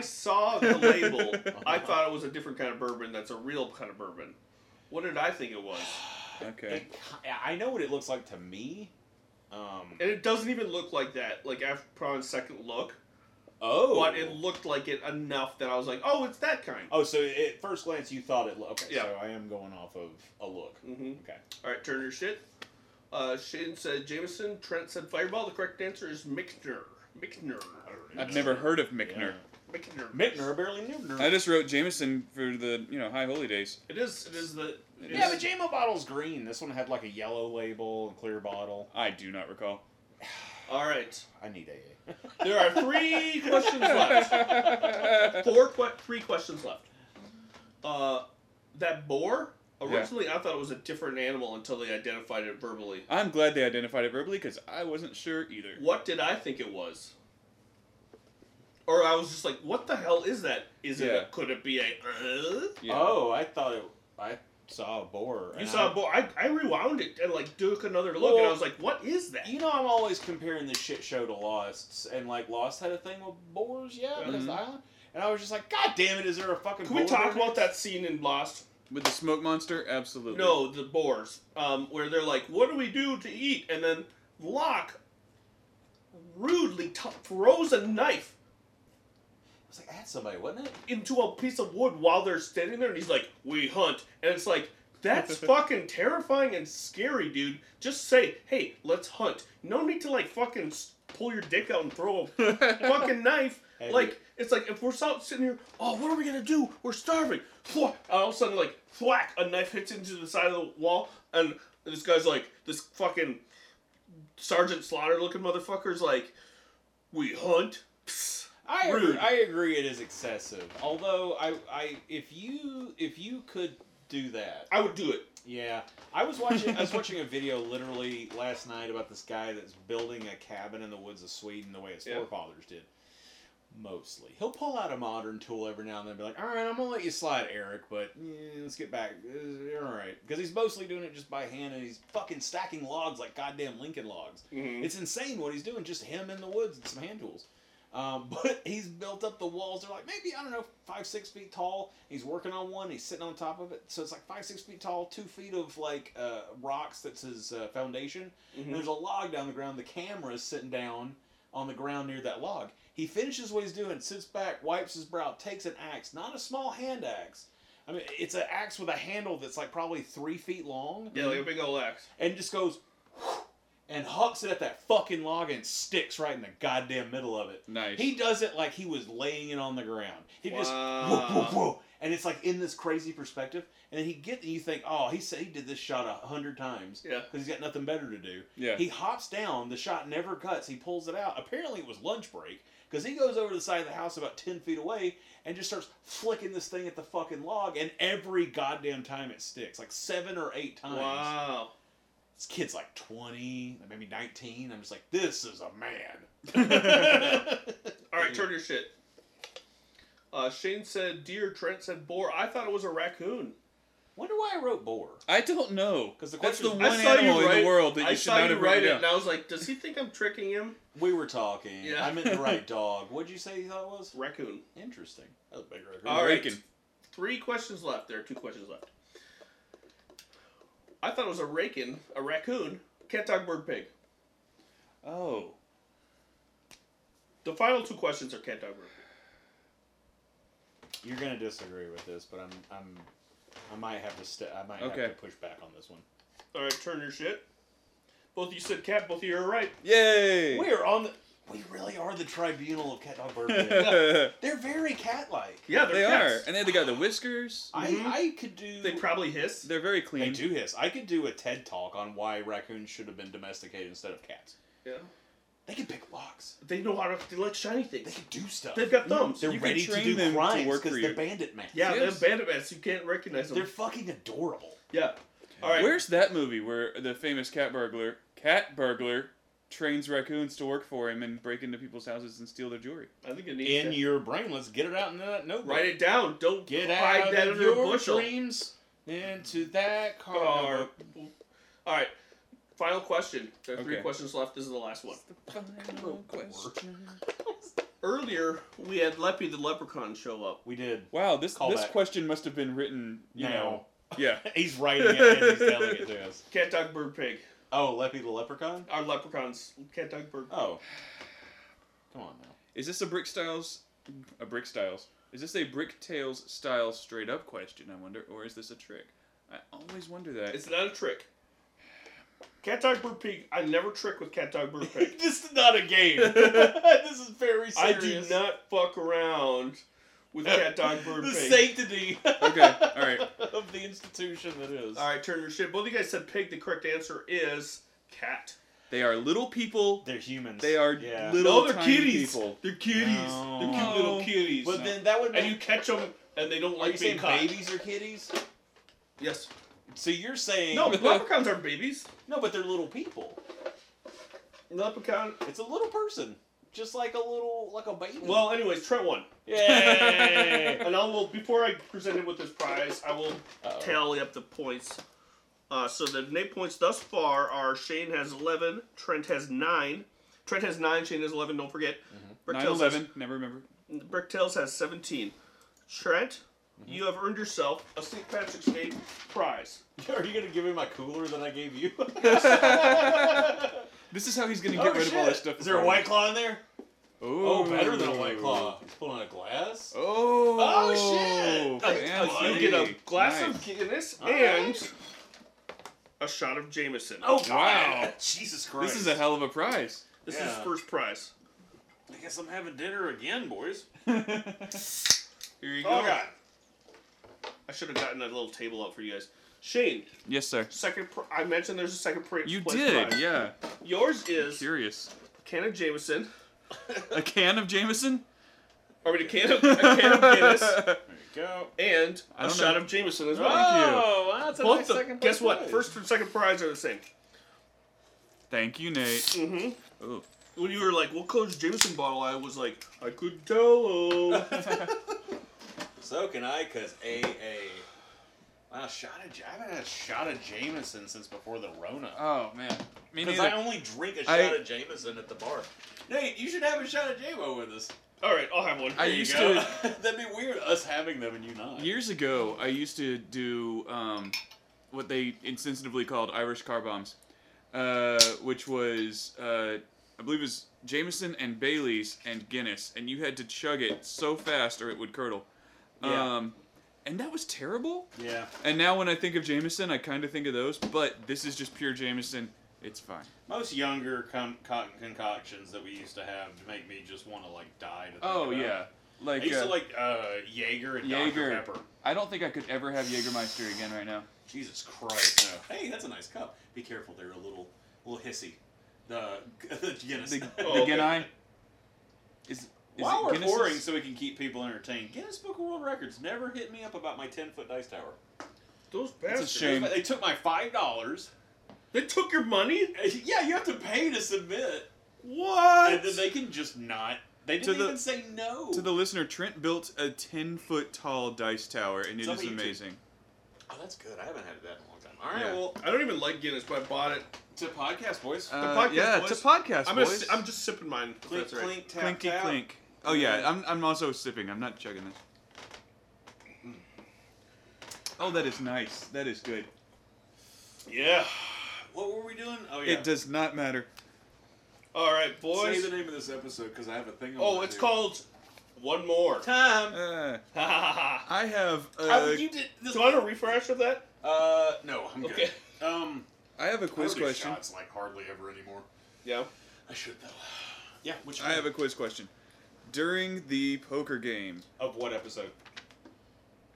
Speaker 3: saw the label, I
Speaker 1: Uh-huh.
Speaker 3: thought it was a different kind of bourbon. That's a real kind of bourbon. What did I think it was?
Speaker 2: Okay.
Speaker 1: It ki- I know what it looks like to me. Um.
Speaker 3: And it doesn't even look like that. Like after on second look,
Speaker 1: Oh.
Speaker 3: but it looked like it enough that I was like, oh, it's that kind.
Speaker 1: Oh, so at first glance you thought it. lo- Okay,
Speaker 3: Yeah.
Speaker 1: so I am going off of a look.
Speaker 3: Mm-hmm.
Speaker 1: Okay.
Speaker 3: All right, turn your shit. Uh, Shane said Jameson. Trent said Fireball. The correct answer is Mickner. Mickner.
Speaker 2: I've never heard of Mickner.
Speaker 3: Mickner.
Speaker 1: Mittner barely knew. Mittner.
Speaker 2: I just wrote Jameson for the you know High Holy Days.
Speaker 3: It is. It is the. it
Speaker 1: Yeah, but
Speaker 3: is-
Speaker 1: JMO bottle's green. This one had like a yellow label and clear bottle.
Speaker 2: I do not recall.
Speaker 3: All right.
Speaker 1: I need AA.
Speaker 3: There are three questions left. Four, que- three questions left. Uh, that boar. Originally, I thought it was a different animal until they identified it verbally.
Speaker 2: I'm glad they identified it verbally because I wasn't sure either.
Speaker 3: What did I think it was? Or I was just like, what the hell is that? Is it?
Speaker 2: Yeah.
Speaker 3: A, could it be a? Uh?
Speaker 2: Yeah.
Speaker 1: Oh, I Oh, thought it. I saw a boar.
Speaker 3: You
Speaker 1: and
Speaker 3: saw
Speaker 1: I-
Speaker 3: a boar. I, I rewound it and like took another look, and I
Speaker 1: Well-
Speaker 3: was like, "What is that?"
Speaker 1: You know, I'm always comparing this shit show to Lost's, and like Lost had a thing with boars, yeah, because
Speaker 2: Mhm.
Speaker 1: I- and I was just like, God damn it, is there a fucking?
Speaker 3: Can we
Speaker 1: boar
Speaker 3: talk
Speaker 1: in it?"
Speaker 3: about that scene in Lost?
Speaker 2: With the smoke monster, absolutely.
Speaker 3: No, the boars, um, where they're like, "What do we do to eat?" And then Locke rudely t- throws a knife
Speaker 1: It was like that's somebody, wasn't it?
Speaker 3: into a piece of wood while they're standing there, and he's like, "We hunt," and it's like. That's fucking terrifying and scary, dude. Just say, hey, let's hunt. No need to like fucking s- pull your dick out and throw a fucking knife.
Speaker 1: Hey,
Speaker 3: Like it's like if we're so- sitting here, oh, what are we gonna do? We're starving. Thwack. And all of a sudden, like thwack, a knife hits into the side of the wall, and this guy's like, this fucking Sergeant Slaughter looking motherfucker's like, we hunt. Psst.
Speaker 1: I
Speaker 3: Rude.
Speaker 1: agree, I agree, it is excessive. Although I, I, if you, if you could do that,
Speaker 3: I would do it.
Speaker 1: yeah. I was watching, I was watching a video literally last night about this guy that's building a cabin in the woods of Sweden the way his
Speaker 3: Yeah.
Speaker 1: forefathers did. Mostly, he'll pull out a modern tool every now and then, and be like, "All right, I'm gonna let you slide, Eric, but eh, let's get back. Eh, all right," because he's mostly doing it just by hand, and he's fucking stacking logs like goddamn Lincoln logs.
Speaker 3: Mm-hmm.
Speaker 1: It's insane what he's doing, just him in the woods and some hand tools. Um, but he's built up the walls. They're like maybe I don't know five six feet tall. He's working on one. He's sitting on top of it, so it's like five six feet tall, two feet of like uh, rocks. That's his uh, foundation.
Speaker 3: Mm-hmm.
Speaker 1: And there's a log down the ground. The camera is sitting down on the ground near that log. He finishes what he's doing, sits back, wipes his brow, takes an axe, not a small hand axe. I mean, it's an axe with a handle that's like probably three feet long
Speaker 3: Yeah, like a big old axe.
Speaker 1: and just goes and hucks it at that fucking log and sticks right in the goddamn middle of it.
Speaker 2: Nice.
Speaker 1: He does it like he was laying it on the ground. He just
Speaker 3: Wow.
Speaker 1: whoop, whoop, whoop, and it's like in this crazy perspective. And then he get and you think, oh, he said he did this shot a hundred times
Speaker 3: Yeah.
Speaker 1: because he's got nothing better to do.
Speaker 2: Yeah.
Speaker 1: He hops down. The shot never cuts. He pulls it out. Apparently, it was lunch break because he goes over to the side of the house about ten feet away and just starts flicking this thing at the fucking log. And every goddamn time it sticks, like seven or eight times
Speaker 3: Wow.
Speaker 1: this kid's like 20, maybe 19. I'm just like, this is a man.
Speaker 3: All right, turn your shit. Uh, Shane said deer. Trent said boar. I thought it was a raccoon.
Speaker 1: Wonder why I wrote boar.
Speaker 2: I don't know.
Speaker 1: 'Cause the
Speaker 2: That's the
Speaker 1: question-
Speaker 2: one
Speaker 1: I
Speaker 3: I saw you
Speaker 2: animal in
Speaker 3: write-
Speaker 2: the world that you
Speaker 3: I
Speaker 2: should
Speaker 3: saw
Speaker 2: not
Speaker 3: you
Speaker 2: have
Speaker 3: write
Speaker 2: written
Speaker 3: it,
Speaker 2: down.
Speaker 3: and I was like, "Does he think I'm tricking him?"
Speaker 1: We were talking.
Speaker 3: Yeah.
Speaker 1: I meant to write dog. What'd you say you thought it was?
Speaker 3: Raccoon.
Speaker 1: Interesting. That was a big record.
Speaker 3: All right.
Speaker 2: Raking.
Speaker 3: Three questions left. There are two questions left. I thought it was a rakin, a raccoon. Can't talk bird pig.
Speaker 2: Oh.
Speaker 3: The final two questions are can't talk bird pig.
Speaker 1: You're gonna disagree with this, but I'm I'm I might have to st- I might
Speaker 2: Okay.
Speaker 1: have to push back on this one.
Speaker 3: All right, turn your shit. Both of you said cat. Both of you are right.
Speaker 2: Yay!
Speaker 1: We are on the we really are the tribunal of cat dog bird. pig. They're very cat like.
Speaker 3: Yeah, they're
Speaker 2: they are.
Speaker 3: cats.
Speaker 2: And then they got the whiskers.
Speaker 1: I,
Speaker 3: Mhm.
Speaker 1: I could do
Speaker 3: They probably hiss.
Speaker 2: They're very
Speaker 1: I
Speaker 2: clean.
Speaker 1: do hiss. I could do a TED talk on why raccoons should have been domesticated instead of cats.
Speaker 3: yeah.
Speaker 1: They can pick locks.
Speaker 3: They know how to. They like shiny
Speaker 1: They
Speaker 3: things.
Speaker 1: can do stuff. Mm-hmm.
Speaker 3: They've got thumbs.
Speaker 1: They're
Speaker 2: You can
Speaker 1: ready to
Speaker 2: train
Speaker 1: do
Speaker 2: them to
Speaker 1: crimes
Speaker 2: work for
Speaker 1: because
Speaker 2: you.
Speaker 1: they're bandit man.
Speaker 3: yeah,
Speaker 2: Yes.
Speaker 3: they're bandit mats. You can't recognize them.
Speaker 1: They're fucking adorable.
Speaker 3: yeah. All right.
Speaker 2: Where's that movie where the famous cat burglar, cat burglar, trains raccoons to work for him and break into people's houses and steal their jewelry?
Speaker 3: I think it needs
Speaker 1: In
Speaker 3: to-
Speaker 1: your brain, let's get it out in that notebook.
Speaker 3: Write it down. Don't
Speaker 1: Get
Speaker 3: hide
Speaker 1: out
Speaker 3: that
Speaker 1: of
Speaker 3: under a
Speaker 1: your
Speaker 3: bushel.
Speaker 1: dreams into that car.
Speaker 3: Car. All right. Final question. There are three
Speaker 2: Okay.
Speaker 3: questions left. This is the last one.
Speaker 2: Final question.
Speaker 3: Earlier, we had Leppy the Leprechaun show up.
Speaker 1: We did.
Speaker 2: Wow, this
Speaker 1: Call
Speaker 2: this
Speaker 1: back.
Speaker 2: question must have been written, you
Speaker 1: Now.
Speaker 2: know. Yeah.
Speaker 1: He's writing it and he's telling it to us.
Speaker 3: Can't talk bird pig.
Speaker 1: Oh, Leppy the Leprechaun?
Speaker 3: Our leprechauns can't talk bird. Pig.
Speaker 1: Oh. Come on now.
Speaker 2: Is this a Brick Styles a Brick Styles? Is this a Brick Tales style straight up question, I wonder, or is this a trick? I always wonder that.
Speaker 3: It's not a trick. Can't talk bird pig. I never trick with can't talk bird pig.
Speaker 1: this is not a game. this is very serious.
Speaker 3: I do not fuck around with cat dog bird
Speaker 1: The
Speaker 3: pig.
Speaker 1: sanctity
Speaker 2: okay, all right.
Speaker 1: of the institution that is.
Speaker 3: All right, turn your shit. Both of you guys said pig. The correct answer is cat.
Speaker 2: They are little people.
Speaker 1: They're humans.
Speaker 2: They are
Speaker 1: Yeah.
Speaker 2: little
Speaker 3: no, they're
Speaker 2: tiny
Speaker 3: kitties.
Speaker 2: people.
Speaker 3: They're kitties.
Speaker 1: No.
Speaker 3: They're cute little
Speaker 2: No.
Speaker 3: kitties.
Speaker 1: But then that would make.
Speaker 3: and you catch them, and they don't
Speaker 1: are
Speaker 3: like
Speaker 1: you saying
Speaker 3: being caught.
Speaker 1: babies are kitties?
Speaker 3: Yes.
Speaker 1: So you're saying
Speaker 3: No, leprechauns aren't babies.
Speaker 1: no, but they're little people.
Speaker 3: Leprechaun.
Speaker 1: It's a little person. just like a little, like a baby.
Speaker 3: Well, anyways, Trent won.
Speaker 1: yay!
Speaker 3: And I will, before I present him with this prize, I will tally up the points. Uh, so the Nate points thus far are Shane has 11, Trent has 9. Trent has 9, Shane has 11, don't forget.
Speaker 1: Mm-hmm.
Speaker 3: Brick
Speaker 2: 9
Speaker 3: Tails
Speaker 2: 11, never remember.
Speaker 3: Has, Brick Tails has 17. Trent,
Speaker 1: Mm-hmm.
Speaker 3: you have earned yourself a St. Patrick's Day prize.
Speaker 1: Are you gonna give me my cooler that I gave you?
Speaker 2: This is how he's going to get rid of all this stuff.
Speaker 1: Oh, Is there a white claw in there?
Speaker 2: Ooh.
Speaker 1: Oh, better than a white claw. It's pulling a glass.
Speaker 2: Oh,
Speaker 1: Oh, shit.
Speaker 2: fancy.
Speaker 3: you get a glass
Speaker 2: Nice.
Speaker 3: of Guinness and
Speaker 1: right.
Speaker 3: a shot of Jameson.
Speaker 1: Oh, God.
Speaker 2: Wow.
Speaker 1: Jesus Christ!
Speaker 2: This is a hell of a prize.
Speaker 3: this is
Speaker 1: yeah.
Speaker 3: first prize.
Speaker 1: I guess I'm having dinner again, boys.
Speaker 2: Here you go.
Speaker 3: Oh God! I should have gotten a little table out for you guys. Shane,
Speaker 2: Yes, sir.
Speaker 3: second. Pr- I mentioned there's a second pri-
Speaker 2: You
Speaker 3: place
Speaker 2: did,
Speaker 3: prize.
Speaker 2: yeah.
Speaker 3: Yours is
Speaker 2: Curious.
Speaker 3: can of Jameson.
Speaker 2: A can of Jameson?
Speaker 3: I mean, a can of, a can of Guinness
Speaker 1: Go.
Speaker 3: and
Speaker 2: I
Speaker 3: a
Speaker 2: don't know.
Speaker 3: shot
Speaker 2: Ah,
Speaker 3: of Jameson as well.
Speaker 1: Oh, well, that's a
Speaker 3: Both
Speaker 1: nice
Speaker 3: the,
Speaker 1: second
Speaker 3: guess what?
Speaker 1: place.
Speaker 3: First and second prize are the same.
Speaker 2: Thank you, Nate.
Speaker 3: Mm-hmm.
Speaker 2: Oh.
Speaker 3: When you were like, "What color's Jameson bottle?" I was like, "I could tell."
Speaker 1: So can I, cause AA. Wow, shot of, J- I haven't had a shot of Jameson since before the Rona.
Speaker 2: Oh, man. Me
Speaker 1: Because
Speaker 2: neither.
Speaker 1: I only drink a shot
Speaker 2: I-
Speaker 1: of Jameson at the bar. Nate, you should have a shot of JMO with us.
Speaker 3: All right, I'll have one.
Speaker 2: I
Speaker 3: There you
Speaker 2: used
Speaker 3: go.
Speaker 2: to-
Speaker 1: That'd be weird, us having them and you not.
Speaker 2: Years ago, I used to do um, what they insensitively called Irish car bombs, uh, which was, uh, I believe it was Jameson and Bailey's and Guinness, and you had to chug it so fast or it would curdle.
Speaker 1: Yeah.
Speaker 2: Um, and that was terrible.
Speaker 1: yeah.
Speaker 2: And now when I think of Jameson, I kind of think of those, but this is just pure Jameson. It's fine.
Speaker 1: Most younger com- con- concoctions that we used to have make me just want to like die. To think
Speaker 2: Oh,
Speaker 1: about.
Speaker 2: yeah. Like,
Speaker 1: I used
Speaker 2: uh,
Speaker 1: to like uh, Jaeger and
Speaker 2: Jaeger.
Speaker 1: Dr Pepper.
Speaker 2: I don't think I could ever have Jägermeister again right now.
Speaker 1: Jesus Christ! No. Hey, that's a nice cup. Be careful, they're a little, little hissy. The, the Guinness.
Speaker 2: The, the
Speaker 3: Oh, okay.
Speaker 2: Genai. Is, is
Speaker 1: While
Speaker 2: it
Speaker 1: we're
Speaker 2: Guinness's?
Speaker 1: pouring, so we can keep people entertained, Guinness Book of World Records never hit me up about my ten foot dice tower.
Speaker 3: Those
Speaker 2: It's a
Speaker 3: bastards.
Speaker 2: shame.
Speaker 1: They took my five dollars.
Speaker 3: They took your money.
Speaker 1: Yeah, you have to pay to submit,
Speaker 3: What?
Speaker 1: and then they can just not. They
Speaker 2: To
Speaker 1: didn't
Speaker 2: the-
Speaker 1: even say no.
Speaker 2: To the listener, Trent built a 10 foot tall dice tower, and it is
Speaker 1: It's on YouTube.
Speaker 2: amazing.
Speaker 1: oh, that's good. I haven't had that in a long time. All right,
Speaker 2: Yeah.
Speaker 1: well,
Speaker 3: I don't even like Guinness, but I bought it.
Speaker 1: to podcast boys.
Speaker 2: Uh,
Speaker 3: podcast,
Speaker 2: yeah,
Speaker 3: boys.
Speaker 2: it's a podcast,
Speaker 3: I'm, gonna,
Speaker 2: boys.
Speaker 3: si- I'm just sipping mine. if
Speaker 1: clink,
Speaker 3: that's right.
Speaker 1: clink, tap,
Speaker 2: Clinky
Speaker 1: tap.
Speaker 2: clink. Oh, yeah, I'm, I'm also sipping. I'm not chugging this. Oh, that is nice. That is good.
Speaker 3: Yeah.
Speaker 1: What were we doing? Oh yeah.
Speaker 2: It does not matter.
Speaker 3: All right,
Speaker 1: Say
Speaker 3: boys.
Speaker 1: the name of this episode because I have a thing. I
Speaker 3: Oh,
Speaker 1: wanna
Speaker 3: it's
Speaker 1: do.
Speaker 3: called One More.
Speaker 1: time.
Speaker 2: Uh,
Speaker 3: do
Speaker 2: I have uh,
Speaker 1: Uh, you did this.
Speaker 3: you want a refresh of that?
Speaker 1: Uh, no, I'm
Speaker 3: Okay.
Speaker 1: good. Um,
Speaker 2: I have a
Speaker 1: I
Speaker 2: quiz
Speaker 1: don't do
Speaker 2: question.
Speaker 1: Shots like hardly ever anymore.
Speaker 3: Yeah.
Speaker 1: I should though. Yeah, which
Speaker 2: I have a quiz question. During the poker game,
Speaker 1: of what episode?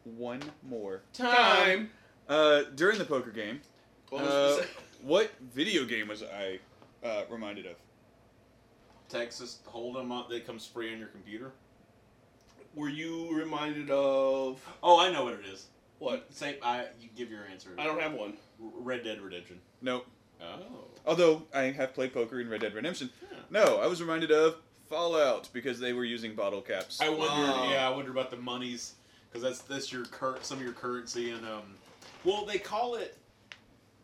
Speaker 2: one more.
Speaker 3: Time.
Speaker 2: Uh, during the poker game,
Speaker 3: What was
Speaker 2: uh,
Speaker 3: this?
Speaker 2: what video game was I uh, reminded of?
Speaker 1: Texas Hold'em up that comes free on your computer.
Speaker 3: Were you reminded of
Speaker 1: Oh, I know what it is.
Speaker 3: what?
Speaker 1: Same. I you give your answer.
Speaker 3: I don't have one.
Speaker 1: Red Dead Redemption.
Speaker 2: No.
Speaker 1: Oh.
Speaker 2: Although I have played poker in Red Dead Redemption.
Speaker 1: Yeah.
Speaker 2: No, I was reminded of Fallout because they were using bottle caps.
Speaker 1: I wondered.
Speaker 3: Wow.
Speaker 1: Yeah, I wondered about the monies because that's that's your cur- some of your currency and um. Well, they call it.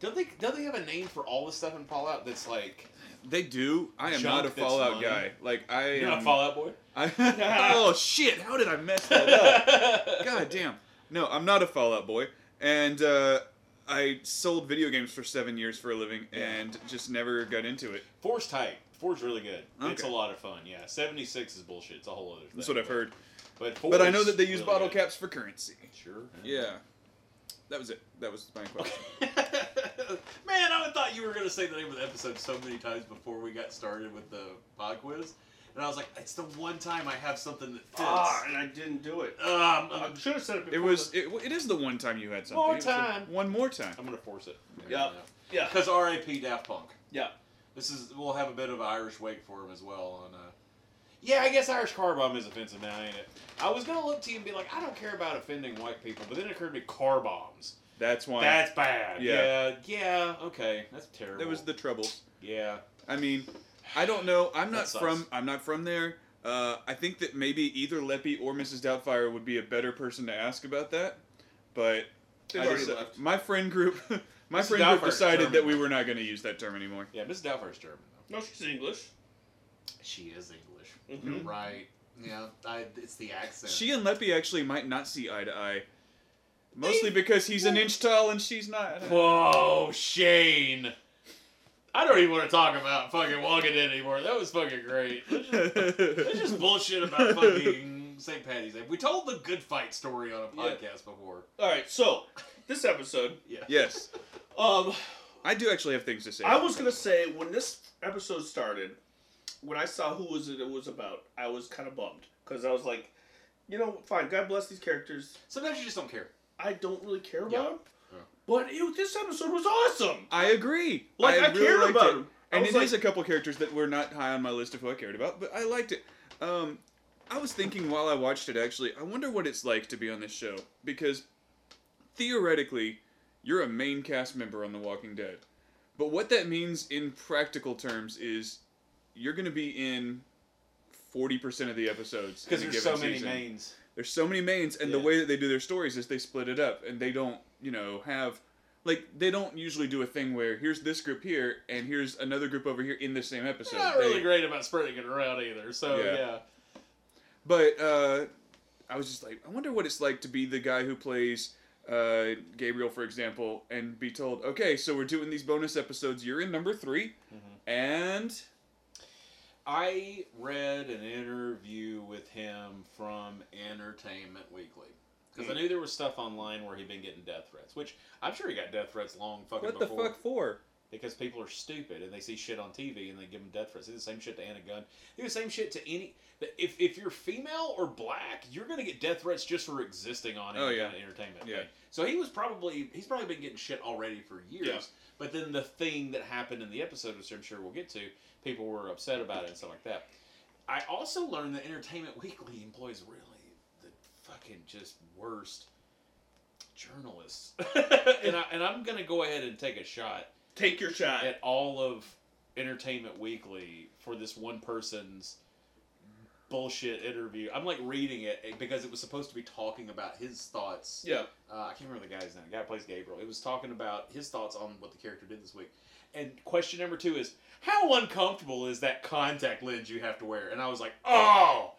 Speaker 1: Don't they? Don't they have a name for all the stuff in Fallout that's like?
Speaker 2: They do. I am
Speaker 1: Junk
Speaker 2: not a
Speaker 1: that's
Speaker 2: Fallout
Speaker 1: mine.
Speaker 2: guy. Like I am.
Speaker 1: You're not a Fallout boy.
Speaker 2: I, oh shit! How did I mess that up? God damn! No, I'm not a Fallout boy, and uh, I sold video games for seven years for a living, and just never got into it.
Speaker 1: Four's tight. Four's really good. It's a
Speaker 2: Okay.
Speaker 1: lot of fun. Yeah, seventy six is bullshit. It's a whole other thing.
Speaker 2: That's what I've heard.
Speaker 1: But,
Speaker 2: But I know
Speaker 1: four's
Speaker 2: that they use
Speaker 1: really
Speaker 2: bottle
Speaker 1: good.
Speaker 2: caps for currency.
Speaker 1: Sure.
Speaker 2: Yeah, that was it. That was my question.
Speaker 1: Man, I thought you were gonna say the name of the episode so many times before we got started with the pod quiz, and I was like, it's the one time I have something that fits.
Speaker 3: Ah, and I didn't do it.
Speaker 1: Um,
Speaker 3: Uh, I
Speaker 1: I'm-
Speaker 3: should have said it
Speaker 2: It
Speaker 3: before.
Speaker 2: was.
Speaker 3: the-
Speaker 2: It, it is the one time you had something.
Speaker 1: More
Speaker 2: It was the
Speaker 1: time.
Speaker 2: One more time.
Speaker 1: I'm gonna force it.
Speaker 3: Yeah. Yeah.
Speaker 1: Because R.I.P. Daft Punk.
Speaker 3: Yeah.
Speaker 1: This is we'll have a bit of Irish wake for him as well. On uh, yeah, I guess Irish car bomb is offensive now, ain't it? I was gonna look to you and be like, I don't care about offending white people, but then it occurred to me car bombs.
Speaker 2: That's why.
Speaker 1: That's bad.
Speaker 2: Yeah.
Speaker 1: yeah. yeah, Okay. That's terrible.
Speaker 2: That was the troubles.
Speaker 1: yeah.
Speaker 2: I mean, I don't know. I'm not
Speaker 1: sucks.
Speaker 2: from. I'm not from there. Uh, I think that maybe either Leppy or Mrs. Doubtfire would be a better person to ask about that. But
Speaker 3: They've
Speaker 2: I
Speaker 3: already
Speaker 2: deci-
Speaker 3: left.
Speaker 2: my friend group, my
Speaker 1: Mrs.
Speaker 2: friend group
Speaker 1: Doubtfire's
Speaker 2: decided that
Speaker 1: German.
Speaker 2: we were not going to use that term anymore.
Speaker 1: Yeah, Miss Doubtfire's German. though.
Speaker 3: No, she's English.
Speaker 4: She is English.
Speaker 3: Mhm.
Speaker 4: You're right. Yeah, I, it's the accent.
Speaker 2: She and Leppy actually might not see eye to eye, mostly because he's an inch tall and she's not.
Speaker 1: Whoa, Shane. I don't even want to talk about fucking walking in anymore. That was fucking great. Let's just, let's just bullshit about fucking St. Patty's Day. We told the good fight story on a
Speaker 3: Yeah.
Speaker 1: podcast before.
Speaker 3: All right, so this episode,
Speaker 1: Yeah.
Speaker 2: yes,
Speaker 3: um,
Speaker 2: I do actually have things to say.
Speaker 3: I was gonna say when this episode started, when I saw who was it it was about, I was kind of bummed because I was like, you know, fine, God bless these characters.
Speaker 1: Sometimes you just don't care.
Speaker 3: I don't really care about
Speaker 1: Yeah.
Speaker 3: 'em, but it, this episode was awesome.
Speaker 2: I agree.
Speaker 3: Like, I cared
Speaker 2: liked
Speaker 3: about
Speaker 2: it.
Speaker 3: him. I
Speaker 2: And it
Speaker 3: was
Speaker 2: is
Speaker 3: like-
Speaker 2: a couple characters that were not high on my list of who I cared about, but I liked it. Um, I was thinking while I watched it, actually, I wonder what it's like to be on this show because theoretically, you're a main cast member on The Walking Dead, but what that means in practical terms is you're going to be in. 40% of the episodes in
Speaker 1: Because
Speaker 2: a
Speaker 1: there's so
Speaker 2: given
Speaker 1: many
Speaker 2: season
Speaker 1: mains.
Speaker 2: there's so many mains and the
Speaker 1: Yeah.
Speaker 2: way that they do their stories is they split it up and they don't you know have like they don't usually do a thing where here's this group here and here's another group over here in the same episode
Speaker 1: They're not
Speaker 2: They-
Speaker 1: really great about spreading it around either. So,
Speaker 2: Yeah.
Speaker 1: yeah.
Speaker 2: but uh, i was just like i wonder what it's like to be the guy who plays uh, gabriel for example and be told okay so we're doing these bonus episodes you're in number 3
Speaker 1: Mm-hmm.
Speaker 2: and
Speaker 4: I
Speaker 1: Read an interview with him from
Speaker 4: Entertainment Weekly.
Speaker 2: Mm.
Speaker 1: Because I knew there was stuff online where he'd been getting death threats, which I'm sure he got death threats long fucking
Speaker 2: what the
Speaker 1: before.
Speaker 2: fuck for
Speaker 1: Because people are stupid and they see shit on TV and they give them death threats. They do the same shit to Anna Gunn. They do the same shit to any. If, if you're female or black, you're gonna get death threats just for existing on
Speaker 2: Oh,
Speaker 1: any
Speaker 2: yeah.
Speaker 1: kind of entertainment.
Speaker 2: Yeah.
Speaker 1: thing. So he was probably he's probably been getting shit already for years.
Speaker 3: Yeah.
Speaker 1: But then the thing that happened in the episode, which I'm sure we'll get to, people were upset about it and stuff like that. I also learned that Entertainment Weekly employs really the fucking just worst journalists. and, I, and I'm going to go ahead and take a shot
Speaker 3: Take your shot.
Speaker 1: at all of Entertainment Weekly for this one person's bullshit interview. I'm like reading it because it was supposed to be talking about his thoughts
Speaker 3: Yeah,
Speaker 1: uh, I can't remember the guy's name. The guy who plays Gabriel. It was talking about his thoughts on what the character did this week. And question number two is how uncomfortable is that contact lens you have to wear? And I was like, oh,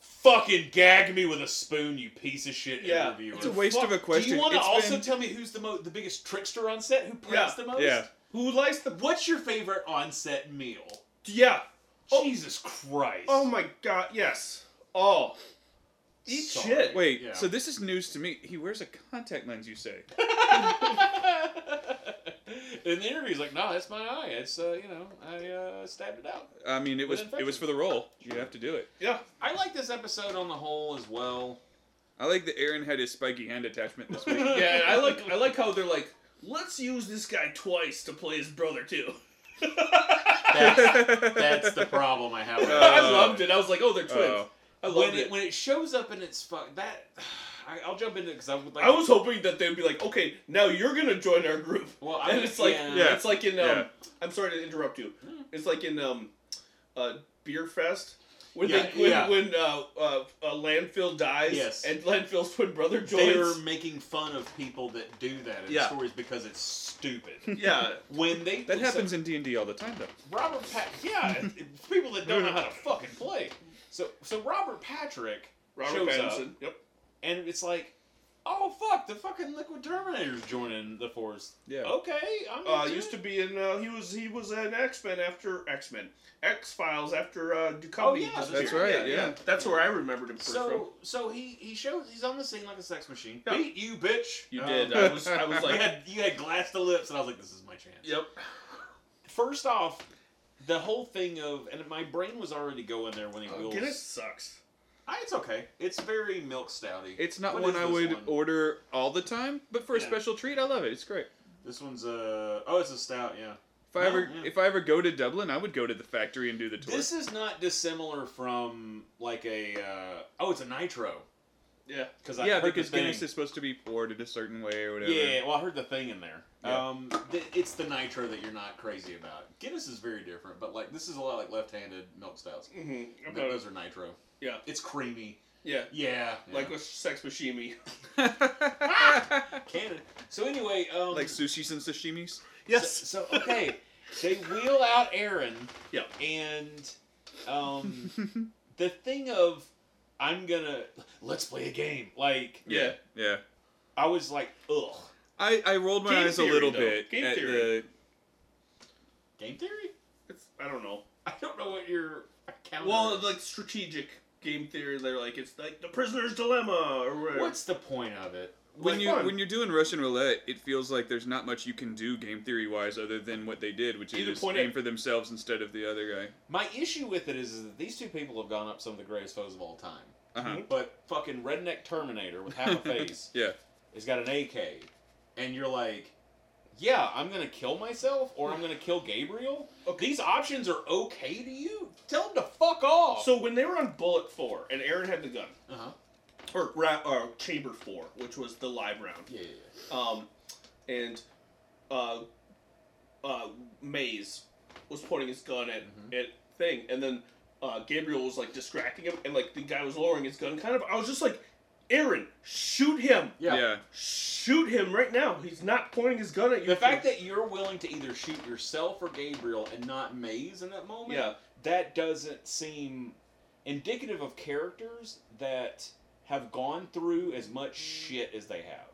Speaker 1: fucking gag me with a spoon, you piece of shit
Speaker 3: Yeah,
Speaker 1: interviewer.
Speaker 2: it's a waste of a
Speaker 1: Do
Speaker 2: question
Speaker 1: you want to
Speaker 2: It's
Speaker 1: also
Speaker 2: been-
Speaker 1: tell me who's the mo- the biggest trickster on set? Who pranks
Speaker 3: Yeah,
Speaker 1: the most?
Speaker 2: yeah.
Speaker 3: who likes the?
Speaker 1: What's your favorite on set meal?
Speaker 3: Yeah.
Speaker 2: Oh.
Speaker 1: Jesus Christ!
Speaker 3: Oh my God. Yes. Oh. Eat
Speaker 1: Sorry.
Speaker 3: shit.
Speaker 2: wait
Speaker 1: Yeah.
Speaker 2: so this is news to me he wears a contact lens you say
Speaker 1: In the interview, he's like, "No, that's my eye. It's uh, you know, I uh, stabbed it out."
Speaker 2: i mean it was
Speaker 1: With
Speaker 2: it was for the role you have to do it
Speaker 3: Yeah.
Speaker 1: I like this episode on the whole as well.
Speaker 2: I like that Aaron had his spiky hand attachment this week.
Speaker 3: Yeah. and I like. I like how they're like. Let's use this guy twice to play his brother too.
Speaker 1: That's, that's the problem I have. With
Speaker 2: Uh,
Speaker 3: I
Speaker 1: it.
Speaker 3: loved it. I was like, oh, they're twins.
Speaker 2: Oh.
Speaker 3: I loved
Speaker 1: when
Speaker 3: it.
Speaker 1: it, when it shows up and it's fuck that. I, I'll jump into because I would like.
Speaker 3: I was hoping that they'd be like, okay, now you're gonna join our group.
Speaker 1: Well, I
Speaker 3: and
Speaker 1: mean,
Speaker 3: it's like,
Speaker 1: yeah. Hmm.
Speaker 2: Yeah.
Speaker 3: it's like in, um,
Speaker 2: Yeah.
Speaker 3: I'm sorry to interrupt you. It's like in, um, uh, Beer Fest. When,
Speaker 1: Yeah,
Speaker 3: they, when,
Speaker 1: yeah.
Speaker 3: when uh, uh, uh, Landfill dies
Speaker 1: Yes.
Speaker 3: and Landfill's twin brother
Speaker 1: they're
Speaker 3: joins.
Speaker 1: making fun of people that do that in
Speaker 3: Yeah.
Speaker 1: stories because it's stupid.
Speaker 3: Yeah.
Speaker 1: when they
Speaker 2: That happens in D and D all the time, though.
Speaker 1: Robert Pat. Yeah, it- it's people that don't know how to fucking play. So so Robert Patrick
Speaker 3: Robert
Speaker 1: shows
Speaker 3: Pattinson.
Speaker 1: up
Speaker 3: Yep.
Speaker 1: and it's like. Oh fuck! The fucking Liquid Terminator's joining the force.
Speaker 2: Yeah.
Speaker 1: Okay, I'm
Speaker 3: Uh,
Speaker 1: into
Speaker 3: used
Speaker 1: it.
Speaker 3: to be in. Uh, he was he was an X Men after X Men, X Files after uh, Duchovny.
Speaker 1: Oh, yeah,
Speaker 3: disappeared.
Speaker 1: that's right,
Speaker 2: yeah.
Speaker 3: That's where I remembered him first from.
Speaker 1: So so he he shows he's on the scene like a sex machine.
Speaker 3: Yeah.
Speaker 1: Beat you, bitch.
Speaker 3: You
Speaker 1: Um,
Speaker 3: did. I was I was
Speaker 1: you
Speaker 3: like,
Speaker 1: had you had glass to lips, and I was like, this is my chance.
Speaker 3: yep.
Speaker 1: First off, the whole thing of and my brain was already going there when he
Speaker 2: Uh,
Speaker 1: wheels.
Speaker 3: Guinness sucks.
Speaker 1: Ah, it's okay. It's very milk stouty.
Speaker 2: It's not
Speaker 1: What
Speaker 2: one
Speaker 1: is
Speaker 2: I
Speaker 1: this
Speaker 2: would
Speaker 1: one?
Speaker 2: order all the time, but for a
Speaker 1: Yeah.
Speaker 2: special treat, I love it. It's great.
Speaker 1: This one's uh oh, it's a stout. Yeah.
Speaker 2: If I
Speaker 1: No,
Speaker 2: ever
Speaker 1: Oh, yeah.
Speaker 2: if I ever go to Dublin, I would go to the factory and do the tour.
Speaker 1: This is not dissimilar from like a uh, oh, it's a nitro.
Speaker 3: Yeah.
Speaker 1: Because I
Speaker 2: Yeah,
Speaker 1: heard
Speaker 2: because
Speaker 1: the thing.
Speaker 2: Guinness is supposed to be poured in a certain way or whatever.
Speaker 1: yeah, well, I heard the thing in there.
Speaker 2: Yeah.
Speaker 4: Um, th- it's the nitro that you're not crazy about. Guinness is very different, but like this is a lot like left-handed milk stouts. Th-
Speaker 3: Mm-hmm.
Speaker 4: Those are nitro.
Speaker 3: Yeah.
Speaker 4: It's creamy.
Speaker 3: yeah.
Speaker 4: Yeah.
Speaker 3: Like with sex machine.
Speaker 4: Canada. So anyway, um,
Speaker 2: like sushis and sashimis.
Speaker 1: So, so, okay, they wheel out Aaron.
Speaker 3: Yeah.
Speaker 1: And um, the thing of I'm gonna let's play a game. Like
Speaker 3: Yeah.
Speaker 2: Yeah.
Speaker 1: I was like, ugh.
Speaker 2: I, I rolled my
Speaker 3: Game
Speaker 2: eyes
Speaker 3: theory,
Speaker 2: a little
Speaker 3: though.
Speaker 2: bit
Speaker 3: Game
Speaker 2: at
Speaker 3: theory.
Speaker 2: the
Speaker 4: game theory.
Speaker 3: It's, I don't know.
Speaker 4: I don't know what your account.
Speaker 3: Well,
Speaker 4: is.
Speaker 3: like strategic game theory, they're like it's like the prisoner's dilemma or whatever.
Speaker 4: what's the point of it?
Speaker 2: when
Speaker 3: Like
Speaker 2: you
Speaker 3: fun.
Speaker 2: when you're doing Russian roulette, it feels like there's not much you can do game theory wise other than what they did, which
Speaker 3: Either
Speaker 2: is just
Speaker 3: point
Speaker 2: aim
Speaker 3: at-
Speaker 2: for themselves instead of the other
Speaker 1: My issue with it is, is that these two people have gone up some of the greatest foes of all time.
Speaker 2: guy. Uh-huh.
Speaker 1: But fucking redneck Terminator with half a face
Speaker 2: Yeah.
Speaker 1: has got an AK, and you're like, yeah, I'm gonna kill myself or I'm gonna kill Gabriel. These options are okay to you. Tell him to fuck off. Uh-huh.
Speaker 3: so when they were on Bullet Four and Aaron had the gun
Speaker 4: Uh huh.
Speaker 3: or ra- or Chamber Four, which was the live round,
Speaker 4: Yeah. yeah,
Speaker 3: um, and uh, uh, Maze was pointing his gun at
Speaker 4: Mm-hmm.
Speaker 3: at thing, and then uh, Gabriel was like distracting him, and like the guy was lowering his gun. Kind of, I was just like, Aaron, shoot him,
Speaker 4: Yeah.
Speaker 2: Yeah.
Speaker 3: shoot him right now. He's not pointing his gun at you.
Speaker 1: The fact that you're willing to either shoot yourself or Gabriel and not Maze in that moment,
Speaker 3: Yeah.
Speaker 1: that doesn't seem indicative of characters that have gone through as much shit as they have.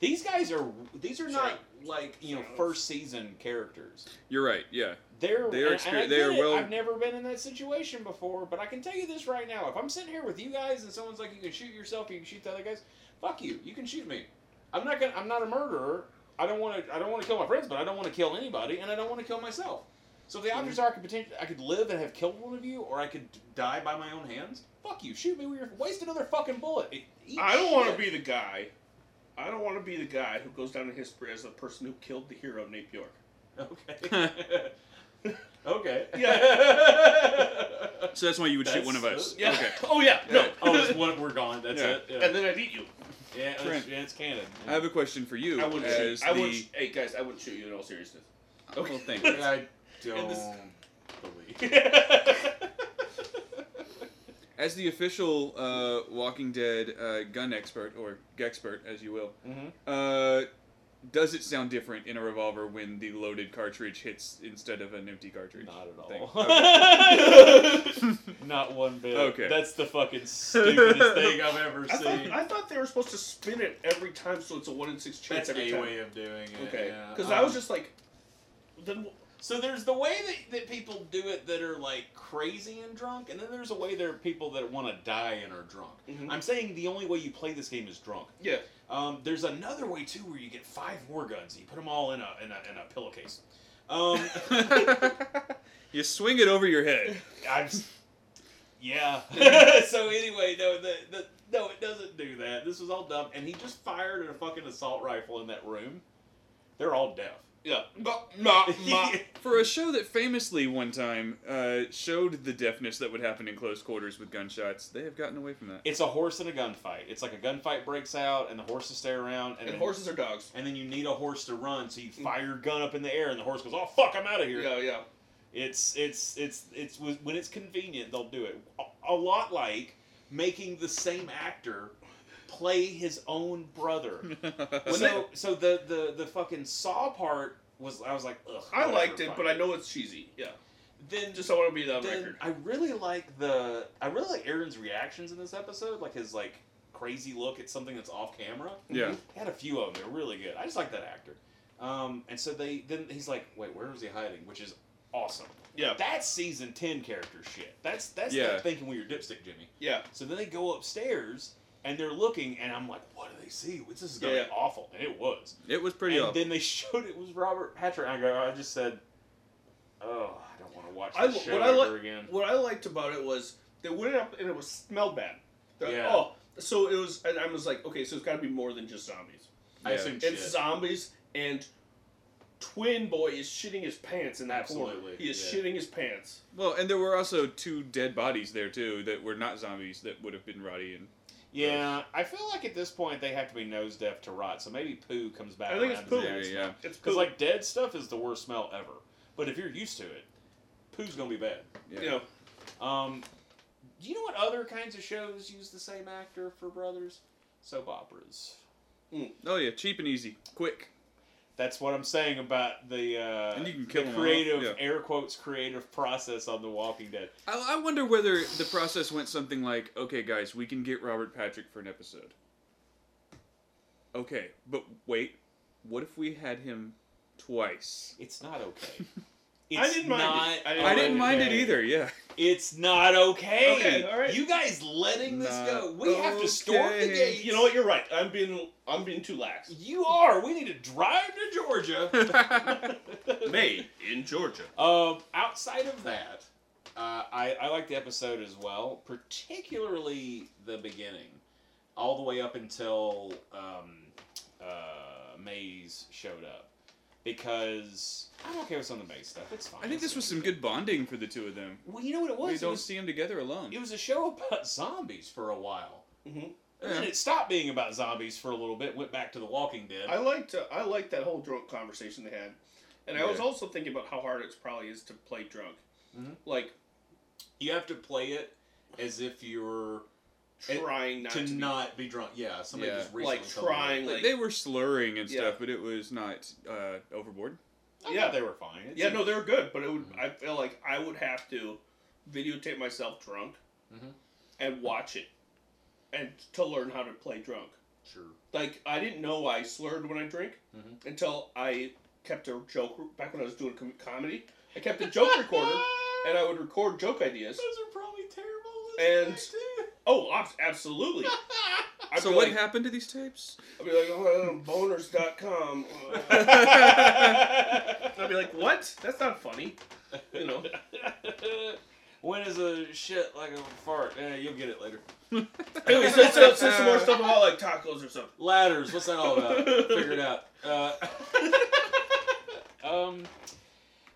Speaker 1: These guys are these are not like you know first season characters.
Speaker 2: You're right. Yeah.
Speaker 1: They're
Speaker 2: They are
Speaker 1: and- and I
Speaker 2: exper- they
Speaker 1: get
Speaker 2: are
Speaker 1: it,
Speaker 2: well-
Speaker 1: I've never been in that situation before, but I can tell you this right now: if I'm sitting here with you guys and someone's like, "You can shoot yourself, you can shoot the other guys," fuck you. You can shoot me. I'm not gonna. I'm not a murderer. I don't want to. I don't want to kill my friends, but I don't want to kill anybody, and I don't want to kill myself. So if the options are, I could potentially, I could live and have killed one of you, or I could die by my own hands. Fuck you. Shoot me. with your waste another fucking bullet. E-, Eat
Speaker 3: I don't want to
Speaker 1: shit.
Speaker 3: be the guy. I don't want to be the guy who goes down in history as the person who killed the hero Nate Bjork.
Speaker 1: Okay. okay.
Speaker 3: Yeah.
Speaker 2: So that's why you would shoot one of
Speaker 1: That's-
Speaker 2: us.
Speaker 3: Uh, Yeah.
Speaker 2: Okay.
Speaker 3: Oh yeah. No.
Speaker 1: oh, it's one. We're gone. That's
Speaker 2: Yeah.
Speaker 1: it. Yeah.
Speaker 3: And then I'd eat you.
Speaker 1: Yeah,
Speaker 2: Trent.
Speaker 1: it's, yeah, it's canon.
Speaker 2: I have a question for you.
Speaker 3: I wouldn't
Speaker 2: as
Speaker 3: shoot. I
Speaker 2: the,
Speaker 3: wouldn't. sh- Hey guys, I wouldn't shoot you in all seriousness.
Speaker 2: Well, thank
Speaker 4: yeah.
Speaker 2: you.
Speaker 4: I don't
Speaker 3: And this-
Speaker 4: believe.
Speaker 2: As the official uh, Walking Dead uh, gun expert or gexpert, as you will,
Speaker 3: Mm-hmm.
Speaker 1: Mhm.
Speaker 2: uh, does it sound different in a revolver when the loaded cartridge hits instead of an empty cartridge?
Speaker 1: Not at all.
Speaker 2: Thank-
Speaker 1: Not one bit.
Speaker 2: Okay.
Speaker 1: That's the fucking stupidest thing I've ever
Speaker 3: I
Speaker 1: seen.
Speaker 3: thought, I thought they were supposed to spin it every time, so it's a one in six chance
Speaker 4: That's
Speaker 3: every
Speaker 4: a
Speaker 3: time.
Speaker 4: way of doing it.
Speaker 3: Okay.
Speaker 4: yeah.
Speaker 3: Because I was
Speaker 4: Um,
Speaker 3: just like, then
Speaker 1: so there's the way that, that people do it that are like crazy and drunk, and then there's a way there are people that want to die and are drunk.
Speaker 3: Mhm.
Speaker 1: I'm saying the only way you play this game is drunk.
Speaker 3: yeah.
Speaker 1: Um, there's another way too where you get five war guns and you put them all in a in a, in a pillowcase. Um,
Speaker 2: you swing it over your head.
Speaker 1: I'm. s- Yeah. so anyway, no, the, the no, it doesn't do that. This was all dumb, and he just fired a fucking assault rifle in that room. They're all deaf.
Speaker 3: Yeah.
Speaker 2: For a show that famously one time uh, showed the deafness that would happen in close quarters with gunshots, they have gotten away from that.
Speaker 1: it's a horse and a gunfight. It's like a gunfight breaks out, and the horses stay around, and,
Speaker 3: And
Speaker 1: then,
Speaker 3: horses are dogs.
Speaker 1: and then you need a horse to run, so you fire your gun up in the air, and the horse goes, "Oh fuck, I'm out of here."
Speaker 3: Yeah, yeah.
Speaker 1: It's it's it's it's when it's convenient they'll do it. A- A lot like making the same actor play his own brother. so so the, the the fucking saw part was I was like ugh.
Speaker 3: I
Speaker 1: whatever,
Speaker 3: liked it,
Speaker 1: fine.
Speaker 3: but I know it's cheesy. Yeah.
Speaker 1: then
Speaker 3: Just I want to be on
Speaker 1: then
Speaker 3: record.
Speaker 1: I really like the I really like Aaron's reactions in this episode, like his like crazy look at something that's off camera.
Speaker 2: yeah.
Speaker 1: He had a few of them. They're really good. I just like that actor. Um, and so they then he's like, wait, where was he hiding? Which is awesome.
Speaker 3: Yeah.
Speaker 1: That's season ten character shit. That's that's
Speaker 2: Yeah.
Speaker 1: that thinking with your dipstick, Jimmy.
Speaker 3: Yeah.
Speaker 1: So then they go upstairs and they're looking, and I'm like, what do they see? This is gonna
Speaker 3: Yeah.
Speaker 1: be awful, and it was.
Speaker 2: It was pretty
Speaker 1: and
Speaker 2: awful.
Speaker 1: then they showed it was Robert Patrick. And I go, I just said, oh, I don't want to watch
Speaker 3: I,
Speaker 1: this show
Speaker 3: what I
Speaker 1: ever
Speaker 3: li-
Speaker 1: again.
Speaker 3: What I liked about it was they went up and it was smelled bad. They're like,
Speaker 1: Yeah.
Speaker 3: Oh, so it was, and I was like, okay, so it's got to be more than just zombies.
Speaker 1: I
Speaker 2: Yeah.
Speaker 1: assume
Speaker 3: It's
Speaker 1: shit.
Speaker 3: zombies and twin boy is shitting his pants in that corner.
Speaker 4: Absolutely,
Speaker 3: He is
Speaker 4: yeah.
Speaker 3: shitting his pants.
Speaker 2: Well, and there were also two dead bodies there too that were not zombies that would have been Roddy and
Speaker 1: Yeah, I feel like at this point they have to be nose deaf to rot, so maybe poo comes back.
Speaker 3: I think it's poo.
Speaker 2: Yeah, yeah, yeah.
Speaker 3: It's poo.
Speaker 1: Because like dead stuff is the worst smell ever. But if you're used to it, poo's gonna be bad.
Speaker 2: Yeah.
Speaker 3: you know,
Speaker 1: Um, do you know what other kinds of shows use the same actor for brothers? Soap operas.
Speaker 2: Oh yeah, cheap and easy, quick.
Speaker 1: That's what I'm saying about the uh,
Speaker 2: And you can kill
Speaker 1: the
Speaker 2: 'em all,
Speaker 1: creative
Speaker 2: yeah.
Speaker 1: air quotes creative process on The Walking Dead.
Speaker 2: I, I wonder whether the process went something like, okay, guys, we can get Robert Patrick for an episode. Okay, but wait, what if we had him twice?
Speaker 1: It's not okay. It's
Speaker 3: I didn't mind
Speaker 1: not
Speaker 3: it. I didn't
Speaker 2: I didn't mind it
Speaker 1: okay.
Speaker 2: either. Yeah.
Speaker 1: It's not okay.
Speaker 3: Okay, all right.
Speaker 1: You guys letting this
Speaker 2: Not
Speaker 1: go? We have to storm the
Speaker 2: okay.
Speaker 1: gates.
Speaker 3: you know what? You're right. I'm being I'm being too lax.
Speaker 1: You are. We need to drive to Georgia.
Speaker 3: May in Georgia.
Speaker 1: um, outside of that,
Speaker 4: Uh,
Speaker 1: I, I like the episode as well, particularly the beginning, all the way up until um, uh, Maze showed up. Because I'm okay with some of the Maze stuff. It's fine.
Speaker 2: I think
Speaker 1: It's
Speaker 2: this was
Speaker 1: fine.
Speaker 2: some good bonding for the two of them.
Speaker 1: Well, you know what it was?
Speaker 2: We
Speaker 1: It
Speaker 2: don't
Speaker 1: was,
Speaker 2: see them together alone.
Speaker 1: it was a show about zombies for a while.
Speaker 2: Mm-hmm.
Speaker 3: Mhm.
Speaker 1: And then
Speaker 2: Yeah.
Speaker 1: it stopped being about zombies for a little bit, went back to The Walking Dead.
Speaker 3: I liked uh, I liked that whole drunk conversation they had, and I was
Speaker 2: Yeah.
Speaker 3: also thinking about how hard it probably is to play drunk. Like
Speaker 1: you have to play it
Speaker 4: as if you're It-
Speaker 3: trying not
Speaker 4: to,
Speaker 3: to, be-
Speaker 4: not be drunk. Yeah, somebody
Speaker 2: Yeah.
Speaker 4: just recently told
Speaker 3: like
Speaker 4: me that.
Speaker 3: trying
Speaker 2: Like,
Speaker 3: like,
Speaker 2: they were slurring and
Speaker 3: Yeah.
Speaker 2: stuff, but it was not uh, overboard.
Speaker 1: I
Speaker 3: Yeah.
Speaker 1: thought they were fine. It's
Speaker 3: yeah
Speaker 1: a-
Speaker 3: no they were good but it would I feel like I would have to videotape myself drunk
Speaker 4: Mhm.
Speaker 3: and watch it and to learn how to play drunk.
Speaker 4: Sure.
Speaker 3: Like I didn't know I slurred when I drink
Speaker 4: Mhm.
Speaker 3: until I kept a joke back when I was doing com- comedy. I kept a joke recorder and I would record joke ideas.
Speaker 1: Those are probably terrible.
Speaker 3: And-
Speaker 1: listening to.
Speaker 3: Oh, abs- absolutely. I'd
Speaker 2: so
Speaker 3: be
Speaker 2: what
Speaker 3: like,
Speaker 2: happened to these tapes?
Speaker 3: I'd be like, oh, boners.com. Uh, I'd be like, what? That's not funny. You know,
Speaker 1: when is a shit like a fart? Eh, you'll get it later.
Speaker 3: anyway, so, so, so some more stuff about like tacos or something.
Speaker 1: Ladders. What's that all about? Figure it out. Uh, um,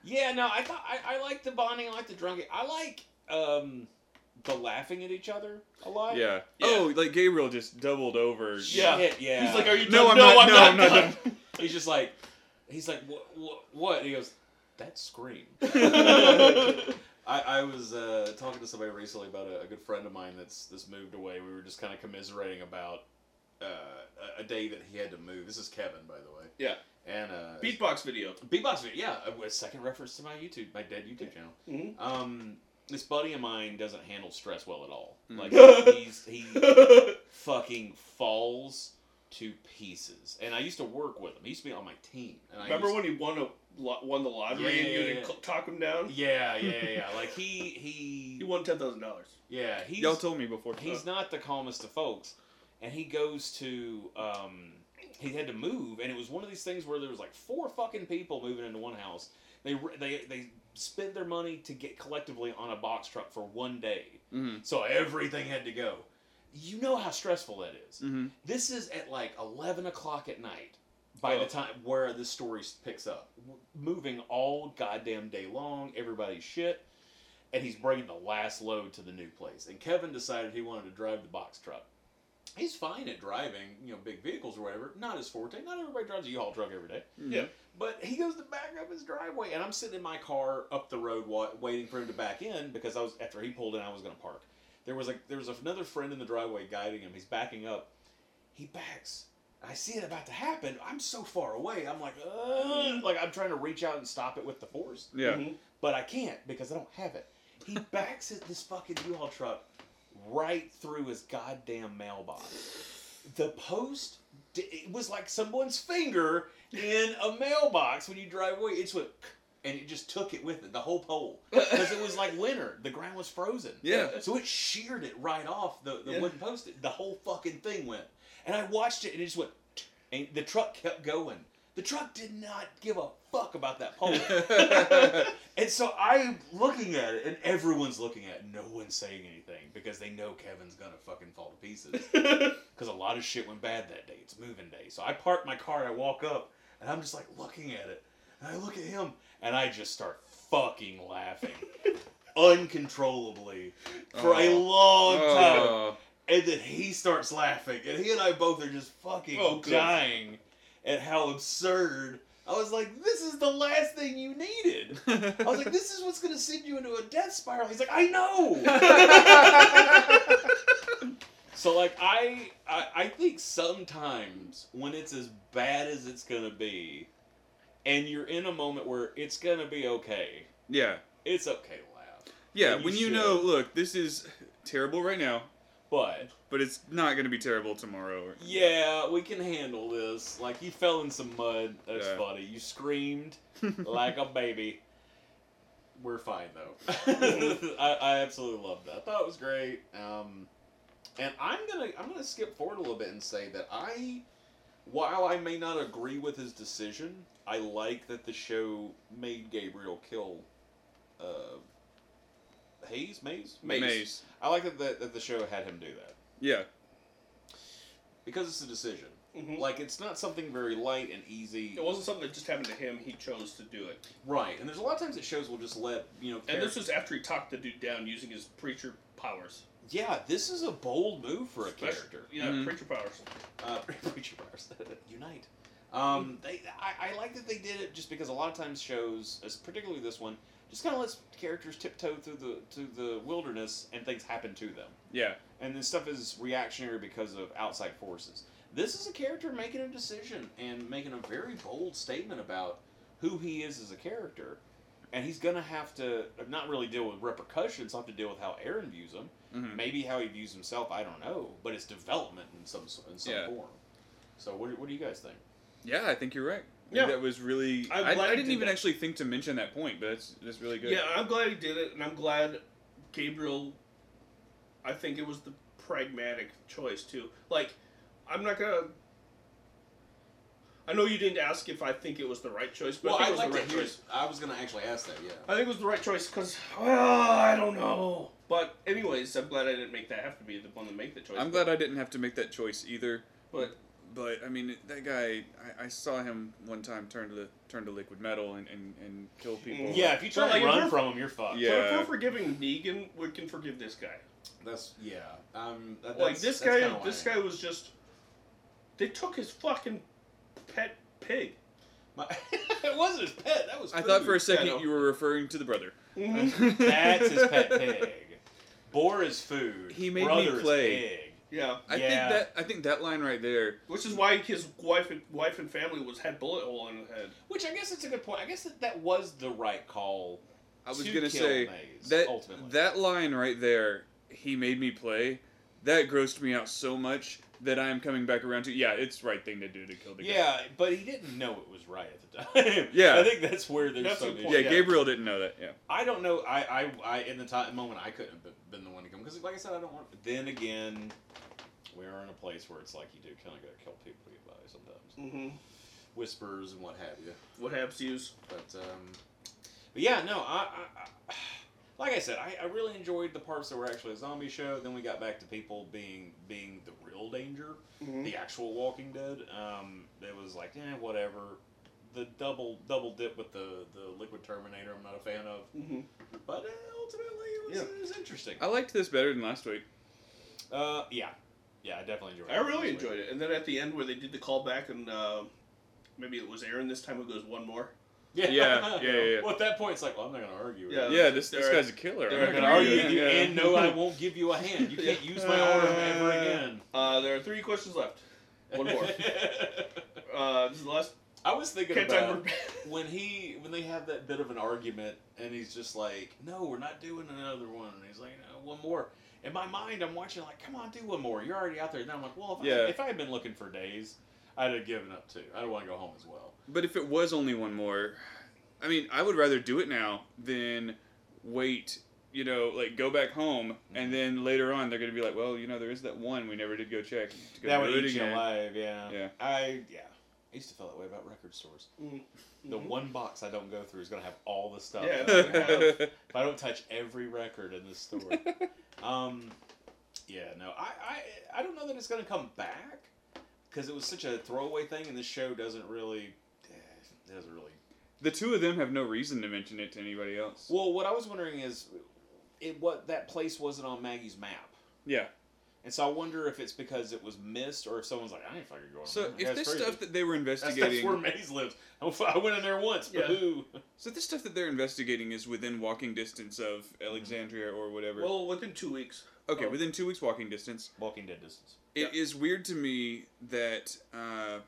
Speaker 1: yeah, no, I thought I, I like the bonding. I like the drunken. I like um, the laughing at each other a lot.
Speaker 2: Yeah. Oh, like Gabriel just doubled over.
Speaker 3: Yeah.
Speaker 1: Shit, yeah.
Speaker 3: He's like, are you
Speaker 2: No,
Speaker 3: done?
Speaker 2: I'm
Speaker 3: no,
Speaker 2: not.
Speaker 3: I'm
Speaker 2: no,
Speaker 3: not.
Speaker 2: I'm not.
Speaker 3: done."
Speaker 2: done.
Speaker 1: He's just like, he's like, what? What? what? And he goes, that scream.
Speaker 4: I, I was uh, talking to somebody recently about a, a good friend of mine that's that's moved away. We were just kind of commiserating about uh, a, a day that he had to move. This is Kevin, by the way.
Speaker 3: Yeah.
Speaker 4: And uh,
Speaker 3: Beatbox video.
Speaker 1: Beatbox video, yeah. A second reference to my YouTube, my dead YouTube channel.
Speaker 4: Mm-hmm.
Speaker 3: Mhm.
Speaker 1: Um, this buddy of mine doesn't handle stress well at all.
Speaker 4: Mm-hmm.
Speaker 2: Mm.
Speaker 1: Like he's he fucking falls to pieces. And I used to work with him. He used to be on my team. And I
Speaker 3: Remember
Speaker 1: used-
Speaker 3: when he won a lo- won the lottery
Speaker 1: Yeah,
Speaker 3: and
Speaker 1: yeah,
Speaker 3: you had to
Speaker 1: yeah.
Speaker 3: cl- talk him down?
Speaker 1: Yeah, yeah, yeah. Like he
Speaker 3: He
Speaker 1: he
Speaker 3: won ten thousand dollars.
Speaker 1: yeah he's
Speaker 2: Y'all told me before. Uh,
Speaker 1: he's not the calmest of folks, and he goes to um he had to move, and it was one of these things where there was like four fucking people moving into one house. They re- they they spent their money to get collectively on a box truck for one day.
Speaker 2: Mhm.
Speaker 1: So everything had to go. You know how stressful that is.
Speaker 2: Mhm.
Speaker 1: This is at like 11 o'clock at night by the
Speaker 3: Oh.
Speaker 1: time where this story s- picks up. W- Moving all goddamn day long, everybody's shit. And he's bringing the last load to the new place. And Kevin decided he wanted to drive the box truck.
Speaker 4: he's fine at driving, you know, big vehicles or whatever.
Speaker 1: Not his forte. Not everybody drives a U-Haul truck every day.
Speaker 3: Yeah.
Speaker 1: But he goes to back up his driveway, and I'm sitting in my car up the road wa- waiting for him to back in because I was after he pulled in, I was going to park. There was like there was another friend in the driveway guiding him. He's backing up. He backs. I see it about to happen. I'm so far away. I'm like, Ugh. like I'm trying to reach out and stop it with the force,
Speaker 2: Yeah.
Speaker 3: Mhm.
Speaker 1: but I can't because I don't have it. He backs it this fucking U-Haul truck right through his goddamn mailbox. The post d- it was like someone's finger in a mailbox when you drive away. It's went and it just took it with it, the whole pole. Because it was like winter. The ground was frozen.
Speaker 2: Yeah.
Speaker 1: So it sheared it right off the, the
Speaker 3: Yeah.
Speaker 1: wooden post. The whole fucking thing went. And I watched it and it just went and the truck kept going. The truck did not give a fuck about that pole. and so I'm looking at it and everyone's looking at it. No one's saying anything because they know Kevin's gonna fucking fall to pieces. because a lot of shit went bad that day. It's moving day. So I park my car and I walk up and I'm just like looking at it. And I look at him and I just start fucking laughing uncontrollably for a
Speaker 2: Oh.
Speaker 1: long time.
Speaker 2: Oh.
Speaker 1: and then he starts laughing, and he and I both are just fucking
Speaker 5: Oh, good.
Speaker 1: dying at how absurd. I was like, this is the last thing you needed. I was like, this is what's gonna send you into a death spiral. He's like, I know. so like, I, I I think sometimes when it's as bad as it's gonna be, and you're in a moment where it's gonna be okay,
Speaker 2: Yeah.
Speaker 1: it's okay to laugh.
Speaker 2: Yeah,
Speaker 1: And you
Speaker 2: when you
Speaker 1: should.
Speaker 2: know, look, this is terrible right now,
Speaker 1: But
Speaker 2: but it's not going to be terrible tomorrow. Or,
Speaker 1: yeah, we can handle this. Like you fell in some mud. That's
Speaker 2: Yeah.
Speaker 1: funny. You screamed like a baby. We're fine though. I, I absolutely loved that. I thought it was great. Um, and I'm gonna I'm gonna skip forward a little bit and say that I, while I may not agree with his decision, I like that the show made Gabriel kill. Uh, Hayes, Maze,
Speaker 2: Maze.
Speaker 1: I like that, that that the show had him do that
Speaker 2: Yeah.
Speaker 1: because it's a decision.
Speaker 3: Mhm.
Speaker 1: Like it's not something very light and easy.
Speaker 3: It wasn't something that just happened to him. He chose to do it.
Speaker 1: right, and there's a lot of times that shows will just let you know.
Speaker 3: And
Speaker 1: char-
Speaker 3: this was after he talked the dude down using his preacher powers.
Speaker 1: yeah, this is a bold move for a character.
Speaker 3: Yeah,
Speaker 2: Mhm.
Speaker 3: preacher powers.
Speaker 1: Uh, preacher powers unite. Um, they, I, I like that they did it just because a lot of times shows, as particularly this one, just kind of lets characters tiptoe through the through the wilderness and things happen to them.
Speaker 2: Yeah.
Speaker 1: and this stuff is reactionary because of outside forces. This is a character making a decision and making a very bold statement about who he is as a character, and he's gonna have to not really deal with repercussions, have to deal with how Aaron views him,
Speaker 3: Hmm.
Speaker 2: Mhm.
Speaker 1: maybe how he views himself. I don't know, but it's development in some in some
Speaker 2: Yeah.
Speaker 1: form. So what, what do you guys think?
Speaker 2: Yeah, I think you're right.
Speaker 3: Yeah.
Speaker 2: That was really.
Speaker 3: I'm
Speaker 2: I,
Speaker 3: glad
Speaker 2: I
Speaker 3: he
Speaker 2: didn't
Speaker 3: did
Speaker 2: even
Speaker 3: that.
Speaker 2: actually think to mention that point, but that's, that's really good.
Speaker 3: Yeah, I'm glad he did it, and I'm glad Gabriel. I think it was the pragmatic choice too. Like, I'm not gonna. I know you didn't ask if I think it was the right choice, but I think it was the right choice.
Speaker 1: I was gonna actually ask that. Yeah.
Speaker 3: I think it was the right choice because, well, I don't know. But anyways, I'm glad I didn't make that have to be the one to make the choice.
Speaker 2: I'm glad I didn't have to make that choice either.
Speaker 3: But
Speaker 2: But I mean, that guy. I, I saw him one time turn to the turn to liquid metal and, and, and kill people.
Speaker 1: Yeah, if you try
Speaker 3: Well, like,
Speaker 1: to
Speaker 3: if
Speaker 1: run
Speaker 3: we're-
Speaker 1: from him, you're fucked.
Speaker 2: Yeah.
Speaker 3: so if we're forgiving Negan, we can forgive this guy.
Speaker 1: That's yeah. Um. that-
Speaker 3: like
Speaker 1: that's- that's
Speaker 3: this guy,
Speaker 1: kinda why
Speaker 3: this
Speaker 1: I-
Speaker 3: guy was just. They took his fucking pet pig.
Speaker 1: My, it wasn't his pet. That was.
Speaker 2: I thought
Speaker 1: food.
Speaker 2: for a
Speaker 3: I know.
Speaker 2: second you were referring to the brother.
Speaker 1: That's his pet pig. Boar is food.
Speaker 2: He made me
Speaker 1: Brother
Speaker 2: play.
Speaker 1: Is pig.
Speaker 3: Yeah,
Speaker 2: I
Speaker 1: Yeah.
Speaker 2: think that I think that line right there.
Speaker 3: which is why his wife, and wife and family was had bullet hole in the head.
Speaker 1: Which I guess that's a good point. I guess that, that was the right call.
Speaker 2: I was
Speaker 1: to
Speaker 2: gonna
Speaker 1: kill
Speaker 2: say
Speaker 1: Maze,
Speaker 2: that
Speaker 1: ultimately.
Speaker 2: that line right there. He made me play. That grossed me out so much that I am coming back around to yeah, it's the right thing to do to kill the guy.
Speaker 1: yeah, but he didn't know it was right at the time.
Speaker 2: Yeah.
Speaker 1: I think that's where there's
Speaker 3: That's
Speaker 1: some
Speaker 3: the
Speaker 1: issue.
Speaker 3: point.
Speaker 2: Yeah, Gabriel didn't know that. Yeah.
Speaker 1: I don't know. I, I, I in the time, moment, I couldn't have been- been the one to come because, like I said, I don't want. Then again, we're in a place where it's like you do kind of got to kill people you buy sometimes,
Speaker 3: Mm-hmm.
Speaker 1: whispers and what have you.
Speaker 3: What happens to use?
Speaker 1: But um, but yeah, no, I, I, I like I said, I, I really enjoyed the parts that were actually a zombie show. Then we got back to people being being the real danger,
Speaker 3: Mm-hmm.
Speaker 1: the actual Walking Dead. Um, it was like, eh, whatever. The double double dip with the the liquid Terminator, I'm not a fan of.
Speaker 3: Mhm.
Speaker 1: But uh, ultimately, it was,
Speaker 3: Yeah.
Speaker 1: it was interesting.
Speaker 2: I liked this better than last week.
Speaker 1: Uh, yeah, yeah, I definitely enjoyed.
Speaker 3: I really enjoyed it, and then at the end where they did the callback, and uh, maybe it was Aaron this time who goes one more.
Speaker 1: Yeah,
Speaker 2: Yeah, yeah, yeah, yeah.
Speaker 1: Well, at that point, it's like, well, I'm not gonna argue. with
Speaker 3: Yeah.
Speaker 1: you.
Speaker 2: Yeah, this,
Speaker 3: they're-
Speaker 2: this guy's a killer.
Speaker 3: they're
Speaker 2: I'm not
Speaker 3: gonna
Speaker 2: gonna
Speaker 1: Are
Speaker 3: argue
Speaker 1: you,
Speaker 2: with
Speaker 3: you-
Speaker 2: that.
Speaker 1: and no, I won't give you a hand. You can't use my arm ever again.
Speaker 3: Uh, there are three questions left. One more. uh, this is the last.
Speaker 1: I was thinking
Speaker 3: Can't time
Speaker 1: about
Speaker 3: for-
Speaker 1: when he when they have that bit of an argument and he's just like, "No, we're not doing another one." And he's like, no, "One more." In my mind, I'm watching like, "Come on, do one more. You're already out there." And I'm like, "Well, if,
Speaker 2: Yeah.
Speaker 1: I, if I had been looking for days, I'd have given up too. I don't want to go home as well."
Speaker 2: But if it was only one more, I mean, I would rather do it now than wait. You know, like go back home, and then later on they're gonna be like, well, you know, there is that one we never did go check. To go
Speaker 1: that
Speaker 2: do
Speaker 1: would
Speaker 2: it
Speaker 1: eat you
Speaker 2: again.
Speaker 1: alive. Yeah.
Speaker 2: Yeah.
Speaker 1: I yeah. I used to feel that way about record stores. The one box I don't go through is gonna have all the stuff.
Speaker 3: Yeah,
Speaker 1: that I
Speaker 3: that's
Speaker 1: want.
Speaker 3: wild.
Speaker 1: if I don't touch every record in this store. um, yeah, no, I, I, I don't know that it's gonna come back because it was such a throwaway thing, and this show doesn't really, eh, doesn't really.
Speaker 2: the two of them have no reason to mention it to anybody else.
Speaker 1: Well, what I was wondering is, it what that place wasn't on Maggie's map,
Speaker 2: yeah,
Speaker 1: And so I wonder if it's because it was missed or if someone's like, I ain't fucking going.
Speaker 2: So
Speaker 1: there.
Speaker 2: if
Speaker 1: That's
Speaker 2: this
Speaker 1: crazy."
Speaker 2: stuff that they were
Speaker 1: that's, that's
Speaker 2: investigating,
Speaker 1: where Maze lives. I'm f- I went in there once.
Speaker 3: Yeah.
Speaker 1: Boo.
Speaker 2: so this stuff that they're investigating is within walking distance of
Speaker 1: Mm-hmm.
Speaker 2: Alexandria or whatever.
Speaker 3: Well, within two weeks.
Speaker 2: okay,
Speaker 3: um,
Speaker 2: within two weeks walking distance.
Speaker 1: Walking Dead distance.
Speaker 2: It is weird to me that uh,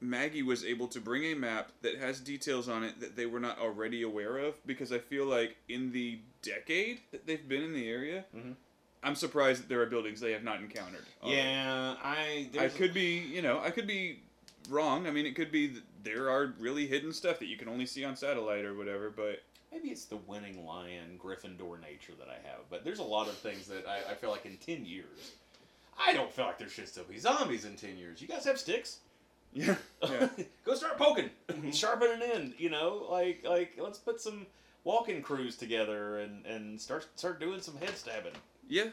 Speaker 2: Maggie was able to bring a map that has details on it that they were not already aware of because I feel like in the decade that they've been in the area,
Speaker 1: Mhm.
Speaker 2: I'm surprised that there are buildings they have not encountered. already.
Speaker 1: Yeah, I.
Speaker 2: I
Speaker 1: there's-
Speaker 2: could be, you know, I could be wrong. I mean, it could be that there are really hidden stuff that you can only see on satellite or whatever, but
Speaker 1: Maybe it's the winning lion Gryffindor nature that I have, but there's a lot of things that I, I feel like in ten years, I don't feel like there should still be zombies in ten years. You guys have sticks.
Speaker 2: yeah. yeah.
Speaker 1: Go start poking, sharpen an end. You know, like like let's put some walking crews together and and start start doing some head stabbing.
Speaker 2: Yeah,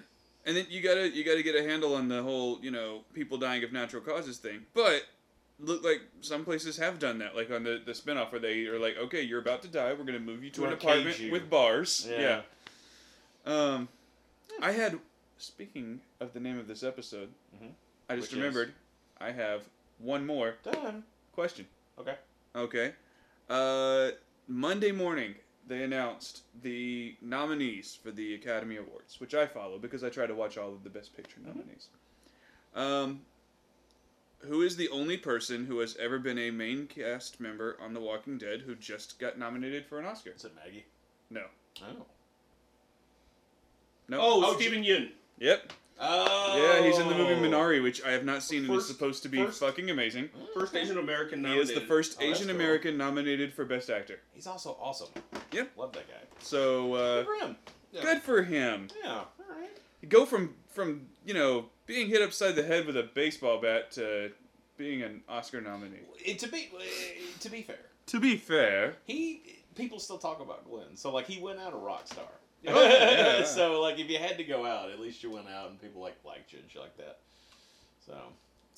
Speaker 2: and then you gotta you gotta get a handle on the whole you know people dying of natural causes thing. But look like some places have done that, like on the the spinoff where they are like, okay, you're about to die. We're gonna move you to
Speaker 1: We're
Speaker 2: an
Speaker 1: gonna cage
Speaker 2: apartment
Speaker 1: you."
Speaker 2: with bars. Yeah.
Speaker 1: Yeah.
Speaker 2: Um, I had speaking of the name of this episode,
Speaker 1: Mhm.
Speaker 2: I just
Speaker 1: Which is?
Speaker 2: remembered I have one more
Speaker 1: Done.
Speaker 2: question.
Speaker 1: Okay.
Speaker 2: Okay. Uh, Monday morning, they announced the nominees for the Academy Awards, which I follow because I try to watch all of the Best Picture nominees. Um, who is the only person who has ever been a main cast member on The Walking Dead who just got nominated for an Oscar?
Speaker 1: Is it Maggie?
Speaker 2: No.
Speaker 1: Oh.
Speaker 2: No.
Speaker 3: Oh, Stephen Yeun.
Speaker 2: Yep.
Speaker 1: Oh.
Speaker 2: Yeah, he's in the movie Minari, which I have not seen and is
Speaker 3: First-
Speaker 2: supposed to be
Speaker 3: first-
Speaker 2: fucking amazing.
Speaker 3: First Asian American
Speaker 2: He is
Speaker 3: nominated.
Speaker 2: the first
Speaker 1: Oh, that's
Speaker 2: Asian
Speaker 1: cool.
Speaker 2: American nominated for Best Actor.
Speaker 1: He's also awesome.
Speaker 2: Yeah.
Speaker 1: Love that guy.
Speaker 2: So uh,
Speaker 1: Good for him. Yeah.
Speaker 2: good for him.
Speaker 1: Yeah. All right.
Speaker 2: You go from from you know being hit upside the head with a baseball bat to being an Oscar nominee.
Speaker 1: And to be uh, to be fair,
Speaker 2: To be fair,
Speaker 1: he people still talk about Glenn. So like he went out a rock star.
Speaker 2: Oh, yeah.
Speaker 1: so like if you had to go out, at least you went out and people like liked you and shit like that. So,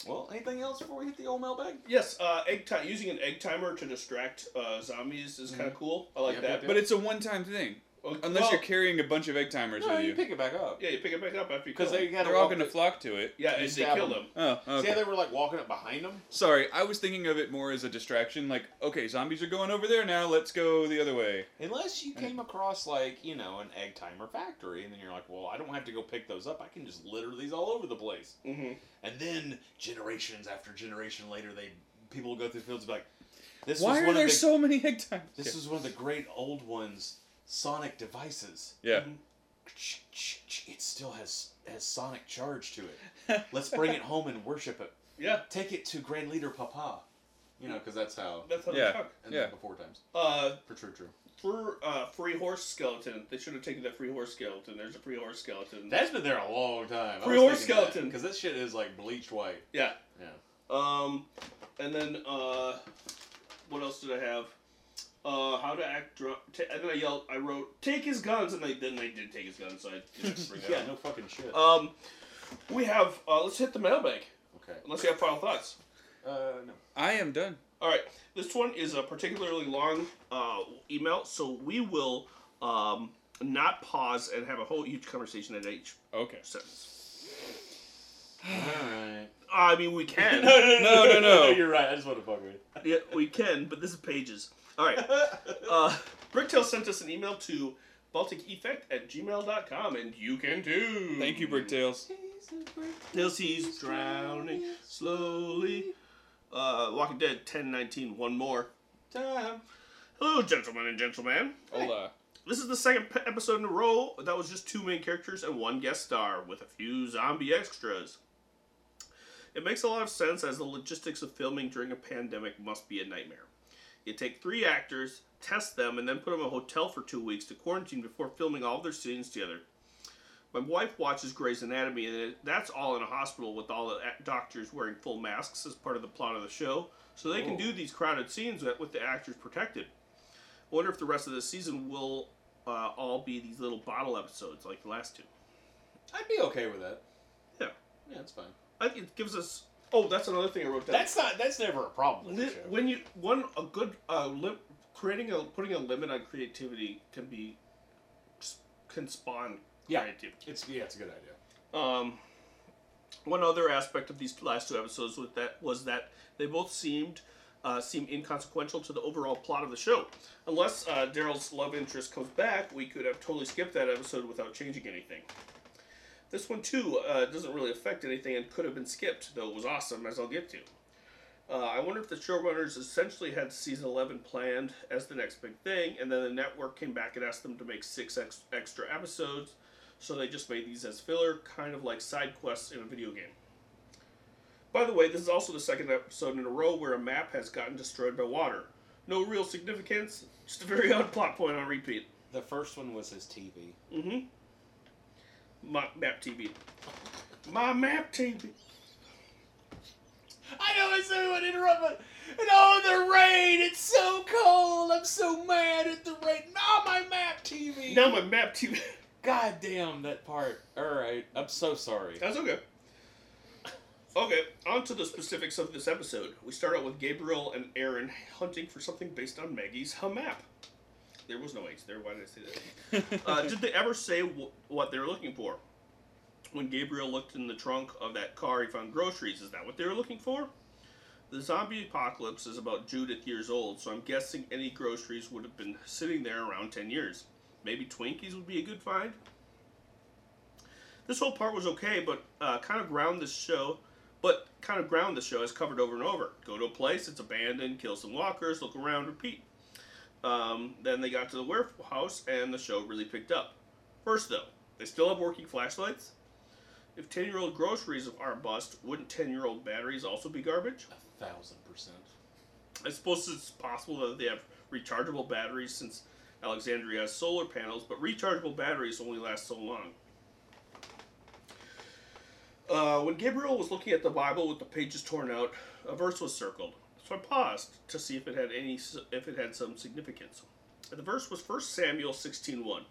Speaker 1: well, anything else before we hit the old mailbag?
Speaker 3: Yes, uh, egg ti- using an egg timer to distract uh, zombies is
Speaker 1: Mm-hmm.
Speaker 3: kind of cool. I like
Speaker 1: Yep,
Speaker 3: that.
Speaker 1: yep,
Speaker 2: but it's a one time thing.
Speaker 3: Well,
Speaker 2: Unless
Speaker 3: well,
Speaker 2: you're carrying a bunch of egg timers
Speaker 1: No,
Speaker 2: with
Speaker 1: you
Speaker 2: you,
Speaker 1: pick it back up
Speaker 3: yeah, you pick it back up after you
Speaker 1: because
Speaker 3: kill
Speaker 1: they
Speaker 3: them.
Speaker 1: got
Speaker 2: they're all going to flock to it.
Speaker 3: yeah,
Speaker 1: you
Speaker 3: and they
Speaker 1: stab
Speaker 3: kill
Speaker 1: them.
Speaker 3: them.
Speaker 2: Oh,
Speaker 1: See how
Speaker 2: okay.
Speaker 1: they were like walking up behind them.
Speaker 2: Sorry, I was thinking of it more as a distraction. Like, okay, zombies are going over there now. Let's go the other way.
Speaker 1: Unless you came across like you know an egg timer factory, and then you're like, well, I don't have to go pick those up. I can just litter these all over the place.
Speaker 2: Mm-hmm.
Speaker 3: hmm
Speaker 1: And then generations after generation later, they people will go through fields and be like, "This
Speaker 2: Why
Speaker 1: was
Speaker 2: are
Speaker 1: one
Speaker 2: there
Speaker 1: of the,
Speaker 2: so many egg timers?
Speaker 1: this was one of the great old ones, sonic devices.
Speaker 2: yeah.
Speaker 1: It still has has sonic charge to it. Let's bring it home and worship it.
Speaker 3: Yeah,
Speaker 1: Take it to Grand Leader Papa. You know, because that's how.
Speaker 3: that's how
Speaker 2: Yeah.
Speaker 3: they talk.
Speaker 1: And
Speaker 2: Yeah.
Speaker 1: Before times.
Speaker 3: Uh,
Speaker 1: For true, true.
Speaker 3: for uh, free horse skeleton, they should have taken that free horse skeleton. There's a free horse skeleton.
Speaker 1: That's been there a long time.
Speaker 3: Free horse skeleton.
Speaker 1: Because that shit is like bleached white.
Speaker 3: yeah.
Speaker 1: Yeah.
Speaker 3: Um, and then uh, what else did I have? Uh, how to act drunk. Ta and then I yelled. I wrote, "Take his guns," and they then they did take his guns. So I didn't have to bring that
Speaker 1: Yeah, Uh,
Speaker 3: up.
Speaker 1: no fucking shit.
Speaker 3: Um, we have. Uh, let's hit the mailbag.
Speaker 1: okay.
Speaker 3: Unless you have final thoughts.
Speaker 1: Uh, no.
Speaker 2: I am done.
Speaker 3: All right. This one is a particularly long uh, email, so we will um, not pause and have a whole huge conversation at each
Speaker 2: Okay.
Speaker 3: sentence.
Speaker 1: Alright.
Speaker 3: I mean, we can.
Speaker 2: No, no, no.
Speaker 1: You're right. I just want to fuck with you.
Speaker 3: Yeah, we can, but this is pages. All right. Uh, Bricktail sent us an email to balticeffect at gmail.com, and you can too.
Speaker 2: Thank you, Bricktails.
Speaker 3: Nils, he's drowning slowly. Uh, Walking Dead 1019, one more.
Speaker 1: Time.
Speaker 3: Hello, gentlemen and gentlemen.
Speaker 2: Hola.
Speaker 3: This is the second pe- episode in a row that was just two main characters and one guest star, with a few zombie extras. It makes a lot of sense as the logistics of filming during a pandemic must be a nightmare. You take three actors, test them, and then put them in a hotel for two weeks to quarantine before filming all their scenes together. My wife watches Grey's Anatomy, and it- that's all in a hospital with all the a- doctors wearing full masks as part of the plot of the show, so they can do these crowded scenes with with the actors protected. I wonder if the rest of the season will uh, all be these little bottle episodes like the last two.
Speaker 1: I'd be okay with that.
Speaker 3: Yeah,
Speaker 1: Yeah, that's fine.
Speaker 3: I think it gives us. Oh, that's another thing I wrote down.
Speaker 1: That's not. That's never a problem. With
Speaker 3: Li-
Speaker 1: the show.
Speaker 3: when you one a good uh, lim- creating a putting a limit on creativity can be can spawn
Speaker 1: Yeah.
Speaker 3: creativity.
Speaker 1: It's yeah, it's a good idea.
Speaker 3: Um, one other aspect of these last two episodes was that was that they both seemed uh, seem inconsequential to the overall plot of the show. Unless uh, Daryl's love interest comes back, we could have totally skipped that episode without changing anything. This one too uh, doesn't really affect anything and could have been skipped, though it was awesome, as I'll get to. Uh, I wonder if the showrunners essentially had season 11 planned as the next big thing, and then the network came back and asked them to make six ex- extra episodes, so they just made these as filler, kind of like side quests in a video game. By the way, this is also the second episode in a row where a map has gotten destroyed by water. No real significance, just a very odd plot point on repeat.
Speaker 4: The first one was his TV.
Speaker 3: My map TV. My map TV.
Speaker 1: I know I said I would interrupt, but and oh, the rain! It's so cold. I'm so mad at the rain. Not my map TV.
Speaker 3: Now my map TV.
Speaker 4: God damn that part. All right, I'm so sorry.
Speaker 3: That's okay. Okay, on to the specifics of this episode. We start out with Gabriel and Aaron hunting for something based on Maggie's hum map. There was no H there. Why did I say that? uh, did they ever say w- what they were looking for? When Gabriel looked in the trunk of that car, he found groceries. Is that what they were looking for? The zombie apocalypse is about Judith years old, so I'm guessing any groceries would have been sitting there around 10 years. Maybe Twinkies would be a good find? this whole part was okay, but uh, kind of ground this show. But kind of ground the show is covered over and over. Go to a place, it's abandoned, kill some walkers, look around, repeat. Um, then they got to the warehouse, and the show really picked up. First, though, they still have working flashlights. If 10 year old groceries are a bust, wouldn't 10 year old batteries also be garbage?
Speaker 4: Thousand percent.
Speaker 3: I suppose it's possible that they have rechargeable batteries since Alexandria has solar panels, but rechargeable batteries only last so long. Uh, when Gabriel was looking at the Bible with the pages torn out, a verse was circled. So I paused to see if it had any if it had some significance. And the verse was 1 Samuel 16:1.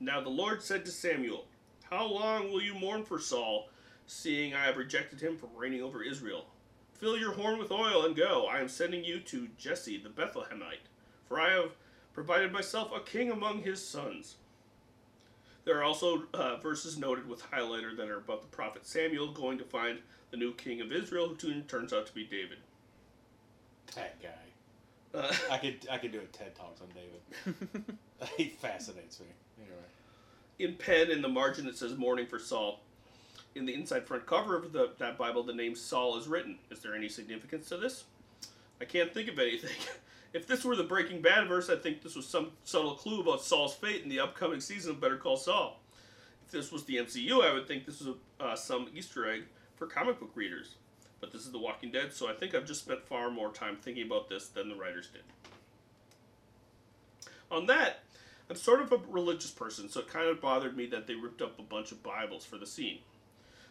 Speaker 3: Now the Lord said to Samuel, "How long will you mourn for Saul, seeing I have rejected him from reigning over Israel? Fill your horn with oil and go. I am sending you to Jesse the Bethlehemite, for I have provided myself a king among his sons." There are also uh, verses noted with highlighter that are about the prophet Samuel going to find the new king of Israel, who soon turns out to be David.
Speaker 4: That guy.
Speaker 3: Uh,
Speaker 4: I could I could do a TED Talks on David. he fascinates me. Anyway.
Speaker 3: in pen in the margin it says "Mourning for Saul." In the inside front cover of the, that Bible, the name Saul is written. Is there any significance to this? I can't think of anything. if this were the Breaking Bad verse, I think this was some subtle clue about Saul's fate in the upcoming season of Better Call Saul. If this was the MCU, I would think this was uh, some Easter egg for comic book readers. But this is The Walking Dead, so I think I've just spent far more time thinking about this than the writers did. On that, I'm sort of a religious person, so it kind of bothered me that they ripped up a bunch of Bibles for the scene.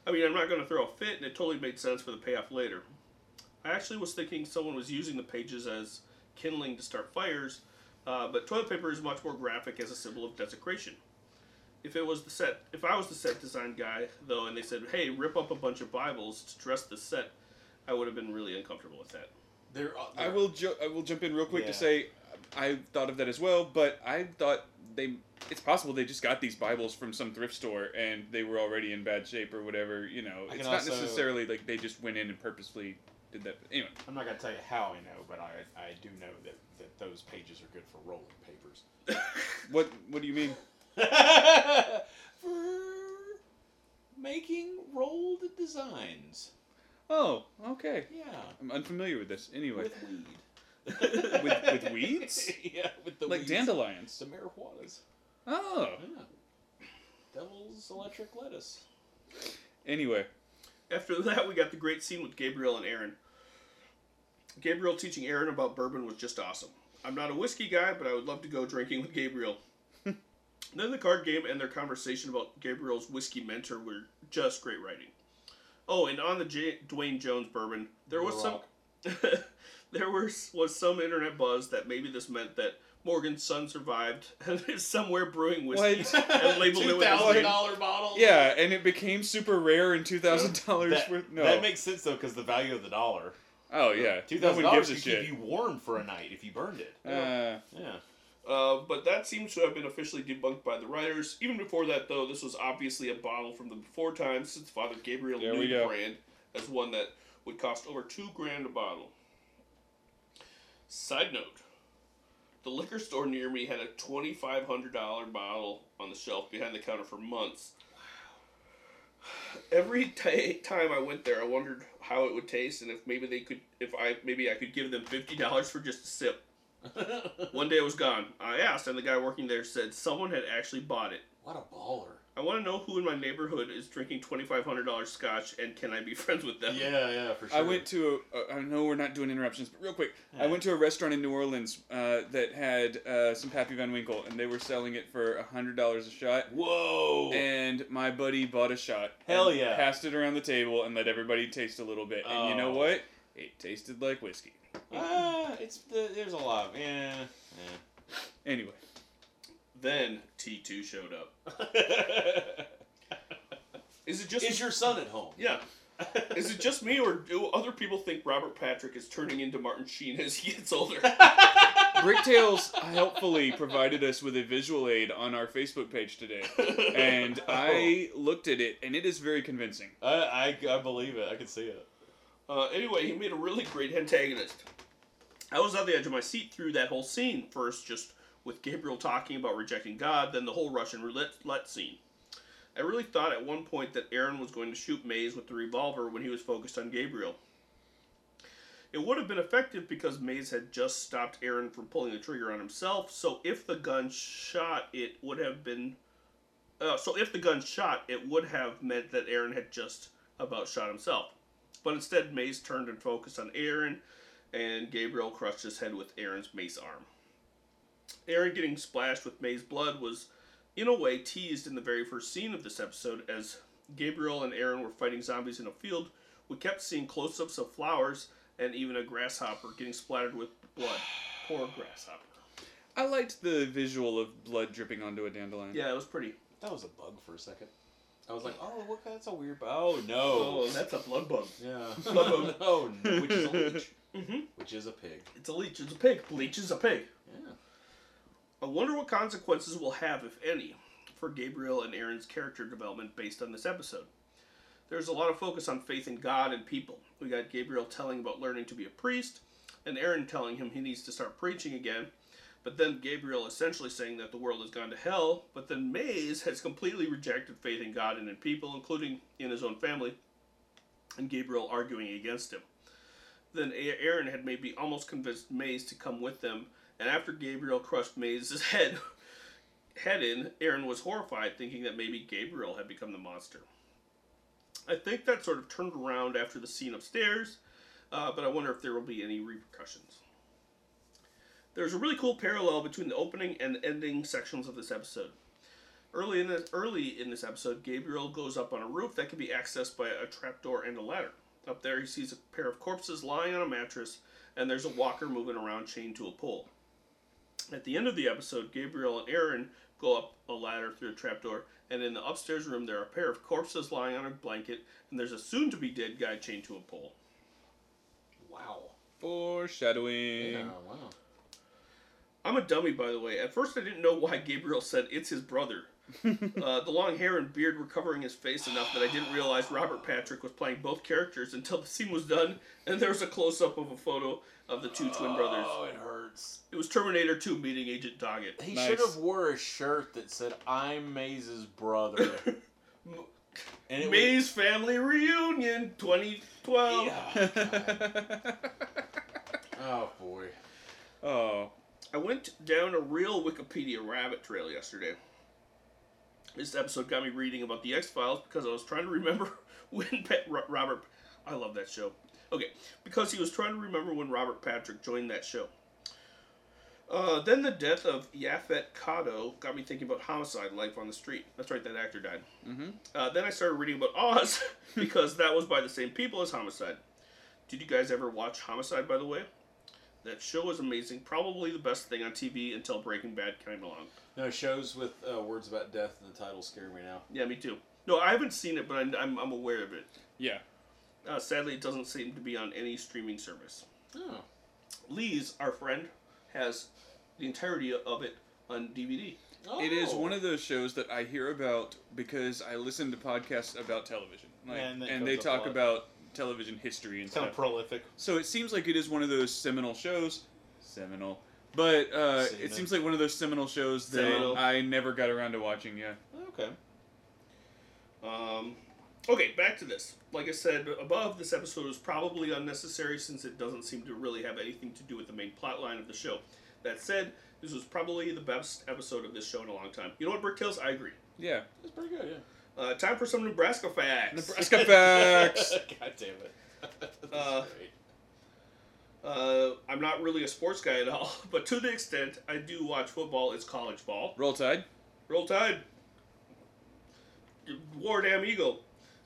Speaker 3: I mean, I'm not going to throw a fit, and it totally made sense for the payoff later. I actually was thinking someone was using the pages as kindling to start fires, uh, but toilet paper is much more graphic as a symbol of desecration. If it was the set, if I was the set design guy though, and they said, "Hey, rip up a bunch of Bibles to dress the set," I would have been really uncomfortable with that.
Speaker 4: There, are-
Speaker 2: I will. Ju- I will jump in real quick
Speaker 4: Yeah.
Speaker 2: to say, I thought of that as well. But I thought they. It's possible they just got these Bibles from some thrift store and they were already in bad shape or whatever. You know,
Speaker 4: I can
Speaker 2: it's not
Speaker 4: also-
Speaker 2: necessarily like they just went in and purposely did that. Anyway,
Speaker 4: I'm not gonna tell you how I know, but I I do know that, that those pages are good for rolling papers.
Speaker 2: what what do you mean?
Speaker 4: for making rolled designs.
Speaker 2: Oh, okay.
Speaker 4: Yeah,
Speaker 2: I'm unfamiliar with this. Anyway,
Speaker 4: with weed.
Speaker 2: with with, weeds,
Speaker 4: yeah, with the
Speaker 2: like
Speaker 4: weeds.
Speaker 2: dandelions.
Speaker 4: The marijuanas.
Speaker 2: Oh.
Speaker 4: Yeah. Devil's electric lettuce.
Speaker 2: Anyway,
Speaker 3: After that, we got the great scene with Gabriel and Aaron. Gabriel teaching Aaron about bourbon was just awesome. I'm not a whiskey guy, but I would love to go drinking with Gabriel. then the card game and their conversation about Gabriel's whiskey mentor were just great writing. Oh, and on the J- Dwayne Jones bourbon, there was some there was was some internet buzz that maybe this meant that Morgan's son survived and is somewhere brewing whiskey
Speaker 2: What?
Speaker 3: and labeled it
Speaker 4: Two
Speaker 3: with his
Speaker 4: thousand
Speaker 3: name.
Speaker 4: dollar bottle.
Speaker 2: yeah, and it became super rare in two thousand dollars
Speaker 4: That,
Speaker 2: worth. No,
Speaker 4: that makes sense though, because the value of the dollar.
Speaker 2: oh yeah,
Speaker 4: Two
Speaker 2: no
Speaker 4: thousand
Speaker 2: one
Speaker 4: dollars
Speaker 2: gives a
Speaker 4: could
Speaker 2: shit.
Speaker 4: keep you warm for a night if you burned it.
Speaker 2: Uh,
Speaker 4: Yeah.
Speaker 3: Uh, but that seems to have been officially debunked by the writers. Even before that, though, this was obviously a bottle from the before times, since Father Gabriel
Speaker 2: There we
Speaker 3: knew the
Speaker 2: go.
Speaker 3: brand as one that would cost over two grand a bottle. Side note: the liquor store near me had a twenty five hundred dollar bottle on the shelf behind the counter for months. Every ti time I went there, I wondered how it would taste, and if maybe they could, if I maybe I could give them fifty dollars for just a sip. One day it was gone. I asked, and the guy working there said someone had actually bought it.
Speaker 4: What a baller.
Speaker 3: I want to know who in my neighborhood is drinking twenty five hundred dollars scotch, and can I be friends with them?
Speaker 4: Yeah, yeah, for sure.
Speaker 2: I went to. A, I know we're not doing interruptions, but real quick, I went to a restaurant in New Orleans uh, that had uh, some Pappy Van Winkle, and they were selling it for hundred dollars a shot.
Speaker 4: Whoa.
Speaker 2: And my buddy bought a shot.
Speaker 4: Hell
Speaker 2: and
Speaker 4: yeah.
Speaker 2: Passed it around the table and let everybody taste a little bit. And you know
Speaker 4: Oh.
Speaker 2: what? It tasted like whiskey.
Speaker 4: Ah, it's the, there's a lot. of- Yeah.
Speaker 2: Anyway,
Speaker 3: Then T two showed up.
Speaker 4: yeah.
Speaker 3: Is it just
Speaker 4: is your son at home?
Speaker 3: yeah? Is it just me, or do other people think Robert Patrick is turning into Martin Sheen as he gets older?
Speaker 2: Bricktales helpfully provided us with a visual aid on our Facebook page today, and I looked at it, and it is very convincing.
Speaker 4: I, I, I believe it. I can see it.
Speaker 3: Uh, anyway, he made a really great antagonist. I was on the edge of my seat through that whole scene. First, just with Gabriel talking about rejecting God, then the whole Russian roulette roulette scene. I really thought at one point that Aaron was going to shoot Mays with the revolver when he was focused on Gabriel. It would have been effective because Mays had just stopped Aaron from pulling the trigger on himself, so if the gun shot, it would have been. Uh, so if the gun shot, it would have meant that Aaron had just about shot himself. But instead, Mays turned and focused on Aaron, and Gabriel crushed his head with Aaron's mace arm. Aaron getting splashed with May's blood was, in a way, teased in the very first scene of this episode as Gabriel and Aaron were fighting zombies in a field. We kept seeing close ups of flowers and even a grasshopper getting splattered with blood. Poor grasshopper.
Speaker 2: I liked the visual of blood dripping onto a dandelion.
Speaker 3: Yeah, it was pretty.
Speaker 4: That was a bug for a second. I was like, oh, look, that's a weird bug. Oh, no.
Speaker 3: that's a blood bug.
Speaker 4: Yeah.
Speaker 3: no,
Speaker 4: no, Mm-hmm. no, which is a leech.
Speaker 3: Mhm.
Speaker 4: Which is a pig.
Speaker 3: It's a leech. It's a pig. Leech is a pig.
Speaker 4: Yeah.
Speaker 3: I wonder what consequences we'll have, if any, for Gabriel and Aaron's character development based on this episode. There's a lot of focus on faith in God and people. We got Gabriel telling about learning to be a priest, and Aaron telling him he needs to start preaching again, but then Gabriel essentially saying that the world has gone to hell, but then Mays has completely rejected faith in God and in people, including in his own family, and Gabriel arguing against him. Then A- Aaron had maybe almost convinced Mays to come with them, and after Gabriel crushed Mays' head head in, Aaron was horrified, thinking that maybe Gabriel had become the monster. I think that sort of turned around after the scene upstairs, uh, but I wonder if there will be any repercussions. There's a really cool parallel between the opening and ending sections of this episode. Early in, this, early in this episode, Gabriel goes up on a roof that can be accessed by a trapdoor and a ladder. Up there, he sees a pair of corpses lying on a mattress, and there's a walker moving around chained to a pole. At the end of the episode, Gabriel and Aaron go up a ladder through a trapdoor, and in the upstairs room, there are a pair of corpses lying on a blanket, and there's a soon to be dead guy chained to a pole.
Speaker 4: Wow.
Speaker 2: Foreshadowing.
Speaker 4: Yeah, wow.
Speaker 3: I'm a dummy, by the way. At first, I didn't know why Gabriel said it's his brother. uh, the long hair and beard were covering his face enough that I didn't realize Robert Patrick was playing both characters until the scene was done, and there was a close up of a photo of the two twin brothers.
Speaker 4: Oh, it hurts.
Speaker 3: It was Terminator 2 meeting Agent Doggett.
Speaker 4: He
Speaker 2: Nice.
Speaker 4: should have wore a shirt that said, I'm Maze's brother. and it was-
Speaker 3: Maze Family Reunion 2012.
Speaker 4: Yeah. Oh, boy.
Speaker 2: oh,
Speaker 3: I went down a real Wikipedia rabbit trail yesterday. This episode got me reading about the X Files because I was trying to remember when Pat, Ro- Robert. I love that show. Okay, because he was trying to remember when Robert Patrick joined that show. Uh, then the death of Yaphet Kado got me thinking about homicide, life on the street. That's right, that actor died. Uh, then I started reading about Oz because that was by the same people as Homicide. Did you guys ever watch Homicide, by the way? That show was amazing, probably the best thing on TV until Breaking Bad came along.
Speaker 4: No, shows with uh, words about death in the title scare me now.
Speaker 3: Yeah, me too. No, I haven't seen it, but I'm, I'm, I'm aware of it.
Speaker 2: yeah.
Speaker 3: Uh, sadly, it doesn't seem to be on any streaming service.
Speaker 4: Oh.
Speaker 3: Lee's, our friend, has the entirety of it on DVD.
Speaker 2: It is one of those shows that I hear about because I listen to podcasts about television, like,
Speaker 6: Yeah, and
Speaker 2: and,
Speaker 6: that comes
Speaker 2: they
Speaker 6: up a
Speaker 2: talk
Speaker 6: lot.
Speaker 2: about television history and
Speaker 6: It's kind
Speaker 2: stuff.
Speaker 6: of prolific.
Speaker 2: so it seems like it is one of those seminal shows. Seminal. But uh,
Speaker 1: Seminal.
Speaker 2: it seems like one of those seminal shows that
Speaker 3: Seminal.
Speaker 2: I never got around to watching. Yeah,
Speaker 3: Okay. Um, okay, back to this. Like I said above, this episode was probably unnecessary since it doesn't seem to really have anything to do with the main plot line of the show. That said, this was probably the best episode of this show in a long time. You know what, Bricktails? I agree.
Speaker 2: yeah.
Speaker 1: It's pretty good, yeah.
Speaker 3: Uh, time for some Nebraska facts.
Speaker 2: Nebraska facts.
Speaker 1: God damn it. That's
Speaker 3: Uh,
Speaker 1: great.
Speaker 3: Uh, I'm not really a sports guy at all, but to the extent I do watch football, it's college ball.
Speaker 2: Roll Tide.
Speaker 3: Roll Tide. War damn eagle.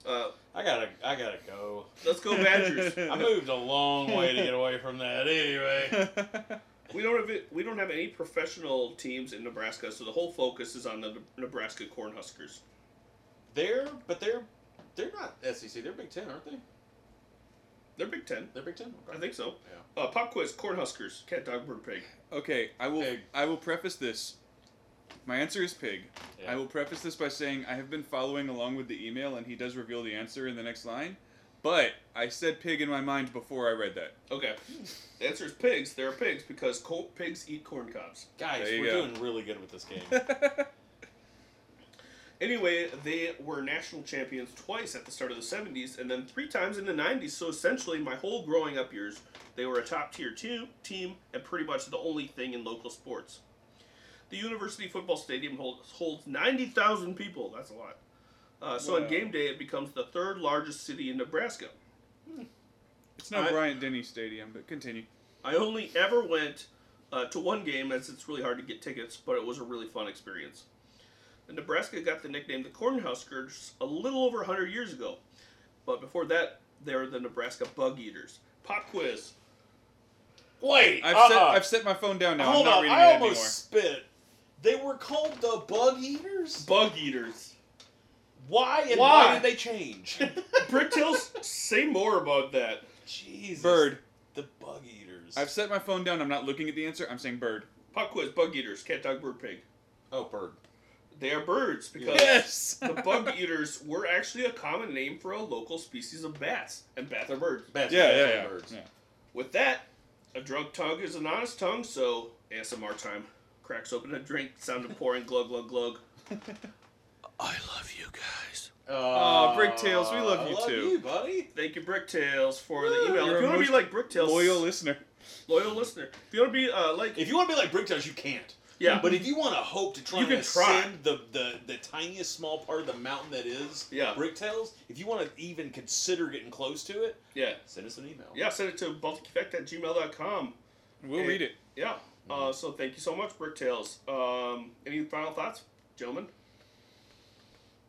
Speaker 3: Uh,
Speaker 1: I gotta, I gotta go.
Speaker 3: let's go Badgers.
Speaker 1: I moved a long way to get away from that. Anyway,
Speaker 3: We don't have it, we don't have any professional teams in Nebraska, so the whole focus is on the Nebraska Cornhuskers.
Speaker 1: they're, but they're, they're not SEC. They're Big Ten, aren't they?
Speaker 3: They're Big Ten,
Speaker 1: They're Big Ten.
Speaker 3: I think so.
Speaker 1: Yeah.
Speaker 3: Uh, pop quiz: Cornhuskers, cat, dog, bird, pig.
Speaker 2: Okay, I will.
Speaker 1: Pig.
Speaker 2: I will preface this. My answer is pig.
Speaker 1: Yeah.
Speaker 2: I will preface this by saying I have been following along with the email, and he does reveal the answer in the next line. But I said pig in my mind before I read that.
Speaker 3: Okay. The answer is pigs. There are pigs because co- pigs eat corn cobs.
Speaker 1: Guys,
Speaker 2: There you
Speaker 1: we're
Speaker 2: go.
Speaker 1: doing really good with this game.
Speaker 3: Anyway, they were national champions twice at the start of the 70s and then three times in the 90s. So essentially, my whole growing up years, they were a top tier two team and pretty much the only thing in local sports. The University Football Stadium holds, holds 90,000 people. That's a lot. Uh, so on
Speaker 2: Wow.
Speaker 3: game day, it becomes the third largest city in Nebraska.
Speaker 2: It's not
Speaker 3: I-
Speaker 2: Bryant Denny Stadium, but continue.
Speaker 3: I only ever went uh, to one game as it's really hard to get tickets, but it was a really fun experience. And Nebraska got the nickname the Cornhuskers a little over 100 years ago. But before that, they were the Nebraska Bug Eaters. Pop quiz.
Speaker 1: Wait,
Speaker 2: I've
Speaker 1: uh-uh.
Speaker 2: set. I've set my phone down now.
Speaker 1: Hold
Speaker 2: I'm not
Speaker 1: on,
Speaker 2: reading
Speaker 1: I
Speaker 2: it anymore.
Speaker 1: almost spit. They were called the Bug Eaters.
Speaker 3: Bug Eaters.
Speaker 1: Why and
Speaker 3: Why?
Speaker 1: why, did they change?
Speaker 3: Bricktails, say more about that.
Speaker 1: Jesus.
Speaker 2: Bird.
Speaker 1: The Bug Eaters.
Speaker 2: I've set my phone down. I'm not looking at the answer. I'm saying bird.
Speaker 3: Pop quiz. Bug Eaters. Cat, dog, bird, pig.
Speaker 1: oh, bird.
Speaker 3: They are birds because
Speaker 2: Yes.
Speaker 3: the Bug Eaters were actually a common name for a local species of bats. And bats are birds.
Speaker 1: Bats
Speaker 2: Yeah,
Speaker 1: are
Speaker 2: yeah,
Speaker 1: definitely
Speaker 2: yeah.
Speaker 1: Birds.
Speaker 2: yeah.
Speaker 3: With that, a drunk tongue is an honest tongue, so ASMR time. Cracks open a drink, sound of pouring, glug, glug, glug. I love you guys. Uh,
Speaker 2: Aw, Bricktails, we love
Speaker 1: I
Speaker 2: you
Speaker 1: love
Speaker 2: too.
Speaker 1: you, buddy.
Speaker 3: Thank you, Bricktails, for the email.
Speaker 2: You're
Speaker 3: If you
Speaker 2: a
Speaker 3: want to
Speaker 2: most
Speaker 3: be like Bricktails,
Speaker 2: Loyal listener.
Speaker 3: loyal listener. If you want to be uh, like,
Speaker 1: If you want to be like Bricktails, you can't.
Speaker 3: yeah,
Speaker 1: But if you want to hope to try
Speaker 3: You
Speaker 1: and
Speaker 3: can try.
Speaker 1: ascend the, the, the tiniest small part of the mountain that is
Speaker 3: Yeah.
Speaker 1: Bricktails, if you want to even consider getting close to it,
Speaker 3: yeah,
Speaker 1: send us an email.
Speaker 3: yeah, send it to balticeffect at gmail.com.
Speaker 2: We'll read it.
Speaker 3: Yeah.
Speaker 1: Mm-hmm.
Speaker 3: Uh, so thank you so much, Bricktails. Um, any final thoughts, gentlemen?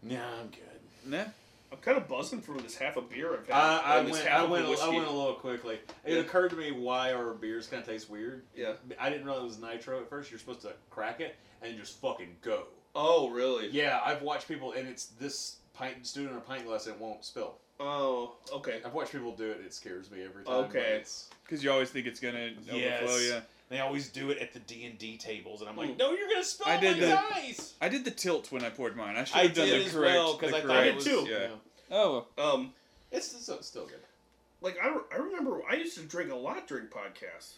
Speaker 1: Nah, I'm good.
Speaker 2: Nah.
Speaker 3: I'm kind of buzzing for this half a beer I've had.
Speaker 1: I, I
Speaker 3: or this
Speaker 1: went.
Speaker 3: half
Speaker 1: I
Speaker 3: of a
Speaker 1: went. I
Speaker 3: whiskey.
Speaker 1: went a little quickly. It
Speaker 3: Yeah.
Speaker 1: occurred to me why our beers kind of taste weird.
Speaker 3: Yeah.
Speaker 1: I didn't realize it was nitro at first. You're supposed to crack it and just fucking go.
Speaker 3: Oh, really?
Speaker 1: Yeah, I've watched people, and it's this pint, just do it in a pint glass, and it won't spill.
Speaker 3: Oh, okay.
Speaker 1: I've watched people do it. It scares me every time. but
Speaker 3: Okay.
Speaker 1: it's-
Speaker 2: Because you always think it's gonna overflow. Yeah.
Speaker 1: They always do it at the D and D tables, and I'm like,
Speaker 3: Mm.
Speaker 1: no, you're gonna spill
Speaker 2: I
Speaker 1: my
Speaker 2: did that.
Speaker 1: dice.
Speaker 2: I did the tilt when I poured mine. I should
Speaker 1: I
Speaker 2: have done
Speaker 1: did
Speaker 2: the
Speaker 1: as
Speaker 2: correct.
Speaker 1: well because
Speaker 2: the
Speaker 1: I thought
Speaker 2: correct,
Speaker 1: it was.
Speaker 3: too.
Speaker 2: Yeah.
Speaker 1: you know,
Speaker 2: Oh,
Speaker 3: Um,
Speaker 1: it's, it's, it's still good.
Speaker 3: like I, I remember I used to drink a lot during podcasts.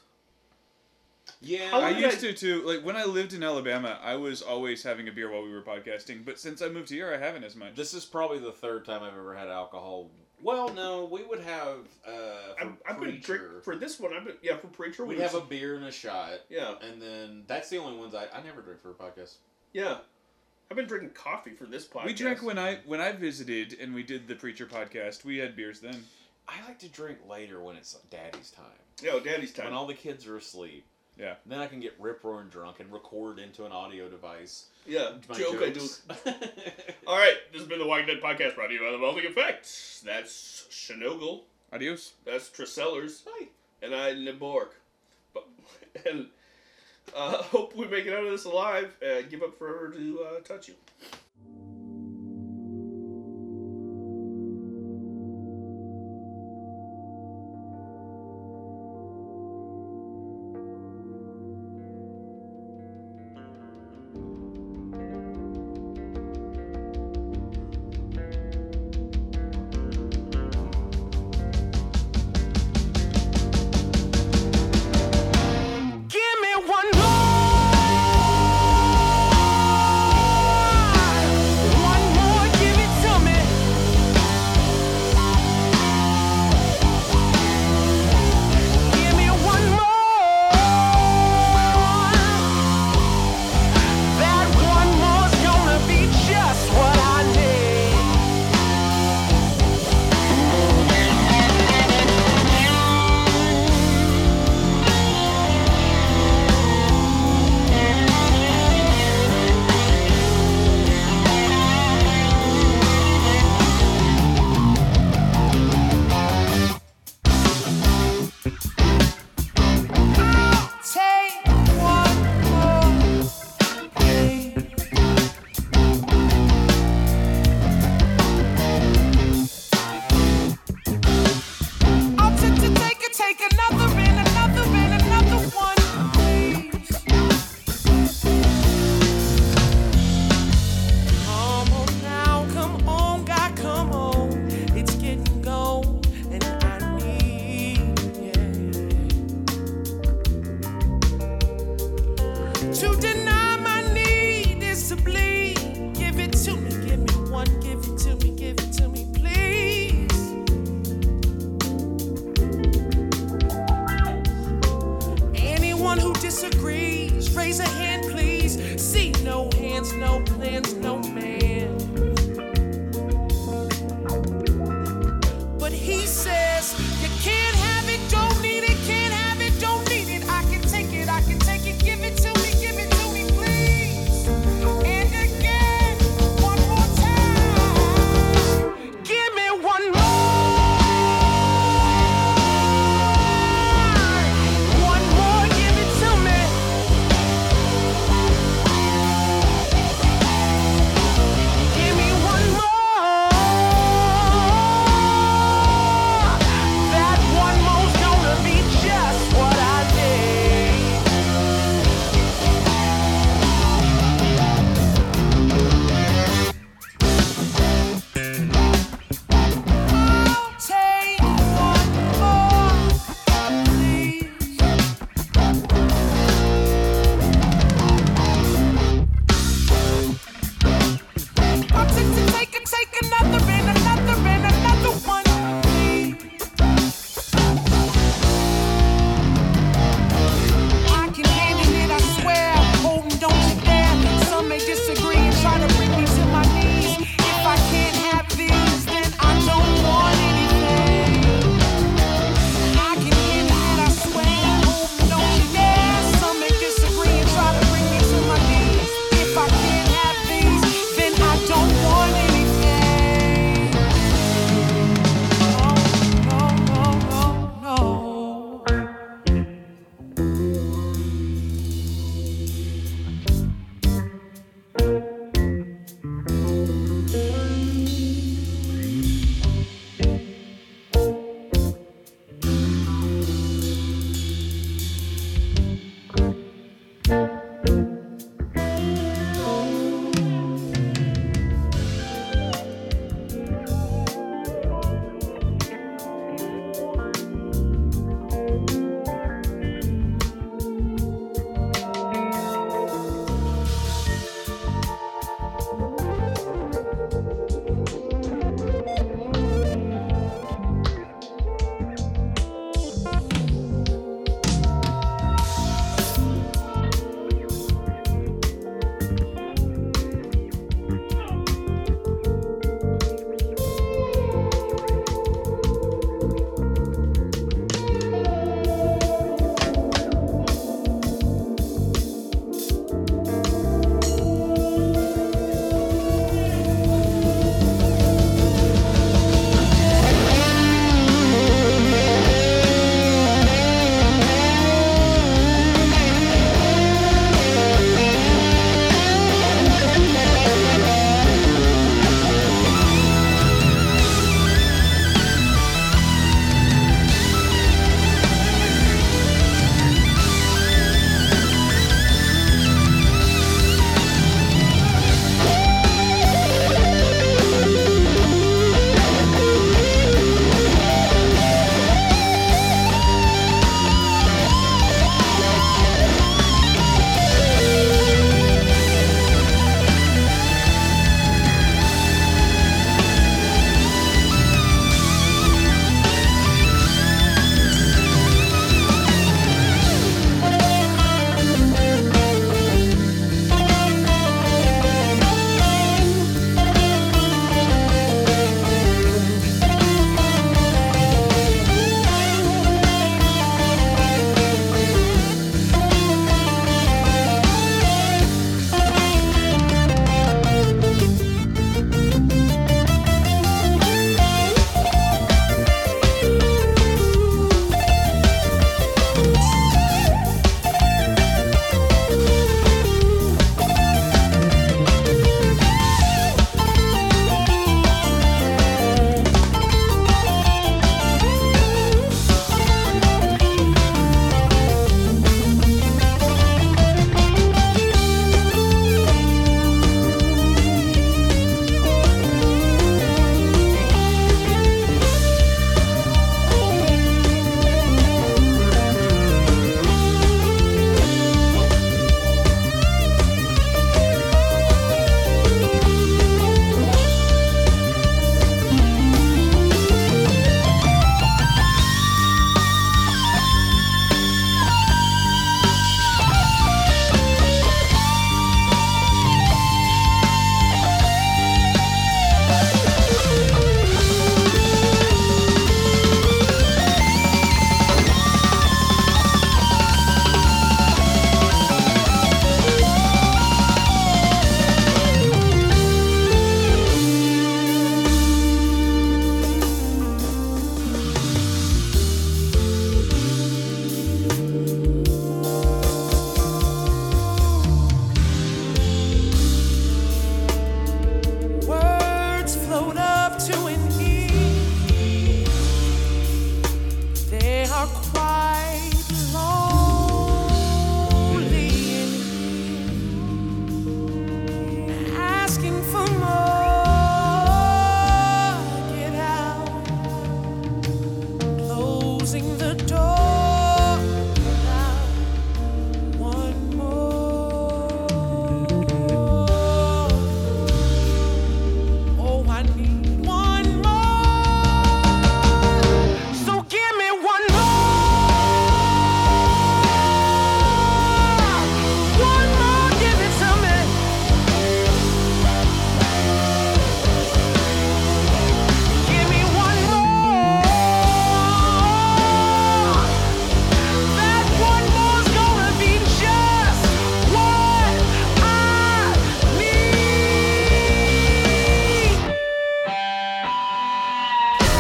Speaker 1: Yeah.
Speaker 3: How
Speaker 2: I
Speaker 3: long did
Speaker 2: used to too. Like when I lived in Alabama, I was always having a beer while we were podcasting. But since I moved here, I haven't as much.
Speaker 1: This is probably the third time I've ever had alcohol. Well, no, we would have. Uh,
Speaker 3: I've,
Speaker 1: for
Speaker 3: I've been drink
Speaker 1: Preacher,
Speaker 3: for this one. I've been yeah for preacher.
Speaker 1: We'd
Speaker 3: we
Speaker 1: have a
Speaker 3: was-
Speaker 1: beer and a shot,
Speaker 3: yeah
Speaker 1: and then that's the only ones I I never drink for a podcast.
Speaker 3: yeah. I've been drinking coffee for this podcast.
Speaker 2: We drank when I when I visited and we did the preacher podcast. We had beers then.
Speaker 1: I like to drink later when it's daddy's time,
Speaker 3: no daddy's
Speaker 1: when
Speaker 3: time.
Speaker 1: all the kids are asleep.
Speaker 2: Yeah.
Speaker 1: Then I can get rip roaring drunk and record into an audio device.
Speaker 3: Yeah,
Speaker 1: my
Speaker 3: joke I do.
Speaker 1: jokes.
Speaker 3: All right, this has been the Walking Dead podcast brought to you by the Melting Effect. That's Shinogle.
Speaker 2: Adios.
Speaker 3: That's Tricellers.
Speaker 1: Hi.
Speaker 3: And I Niborg. But and uh, hope we make it out of this alive. And give up forever to uh, touch you.
Speaker 7: disagrees, raise a hand, please. See no hands, no plans, no man. But he says, You can't have it, don't need it, can't have it, don't need it. I can take it, I can take it, give it to me, give it to me, please. And again, one more time. Give me one more. One more, give it to me. Oh, oh.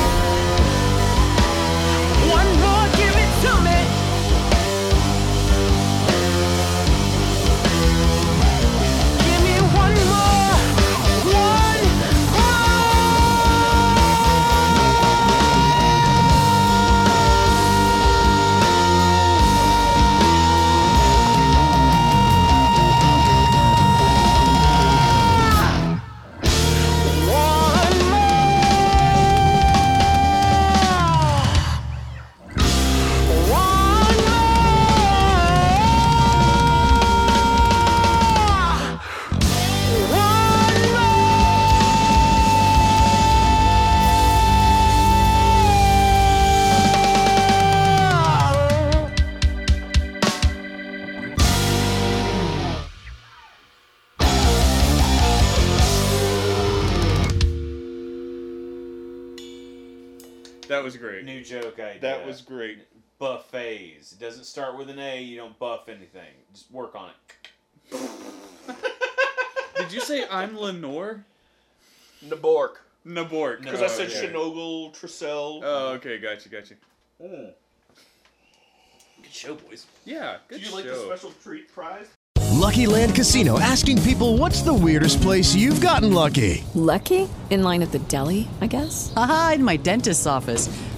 Speaker 7: Oh,
Speaker 2: That was great.
Speaker 1: New joke idea.
Speaker 2: That was great.
Speaker 1: buffets. It doesn't start with an A. You don't buff anything. Just work on it.
Speaker 2: Did you say I'm Lenore?
Speaker 3: Nabork.
Speaker 2: Nabork.
Speaker 3: Because I said
Speaker 2: okay.
Speaker 3: Shinogle, Trissel.
Speaker 2: Oh, okay, gotcha, gotcha. Oh.
Speaker 3: Good show, boys.
Speaker 2: Yeah, good
Speaker 3: Did you like the
Speaker 2: show.
Speaker 3: special treat prize?
Speaker 8: Lucky Land Casino asking people what's the weirdest place you've gotten lucky?
Speaker 9: Lucky? In line at the deli, I guess?
Speaker 10: Aha, in my dentist's office.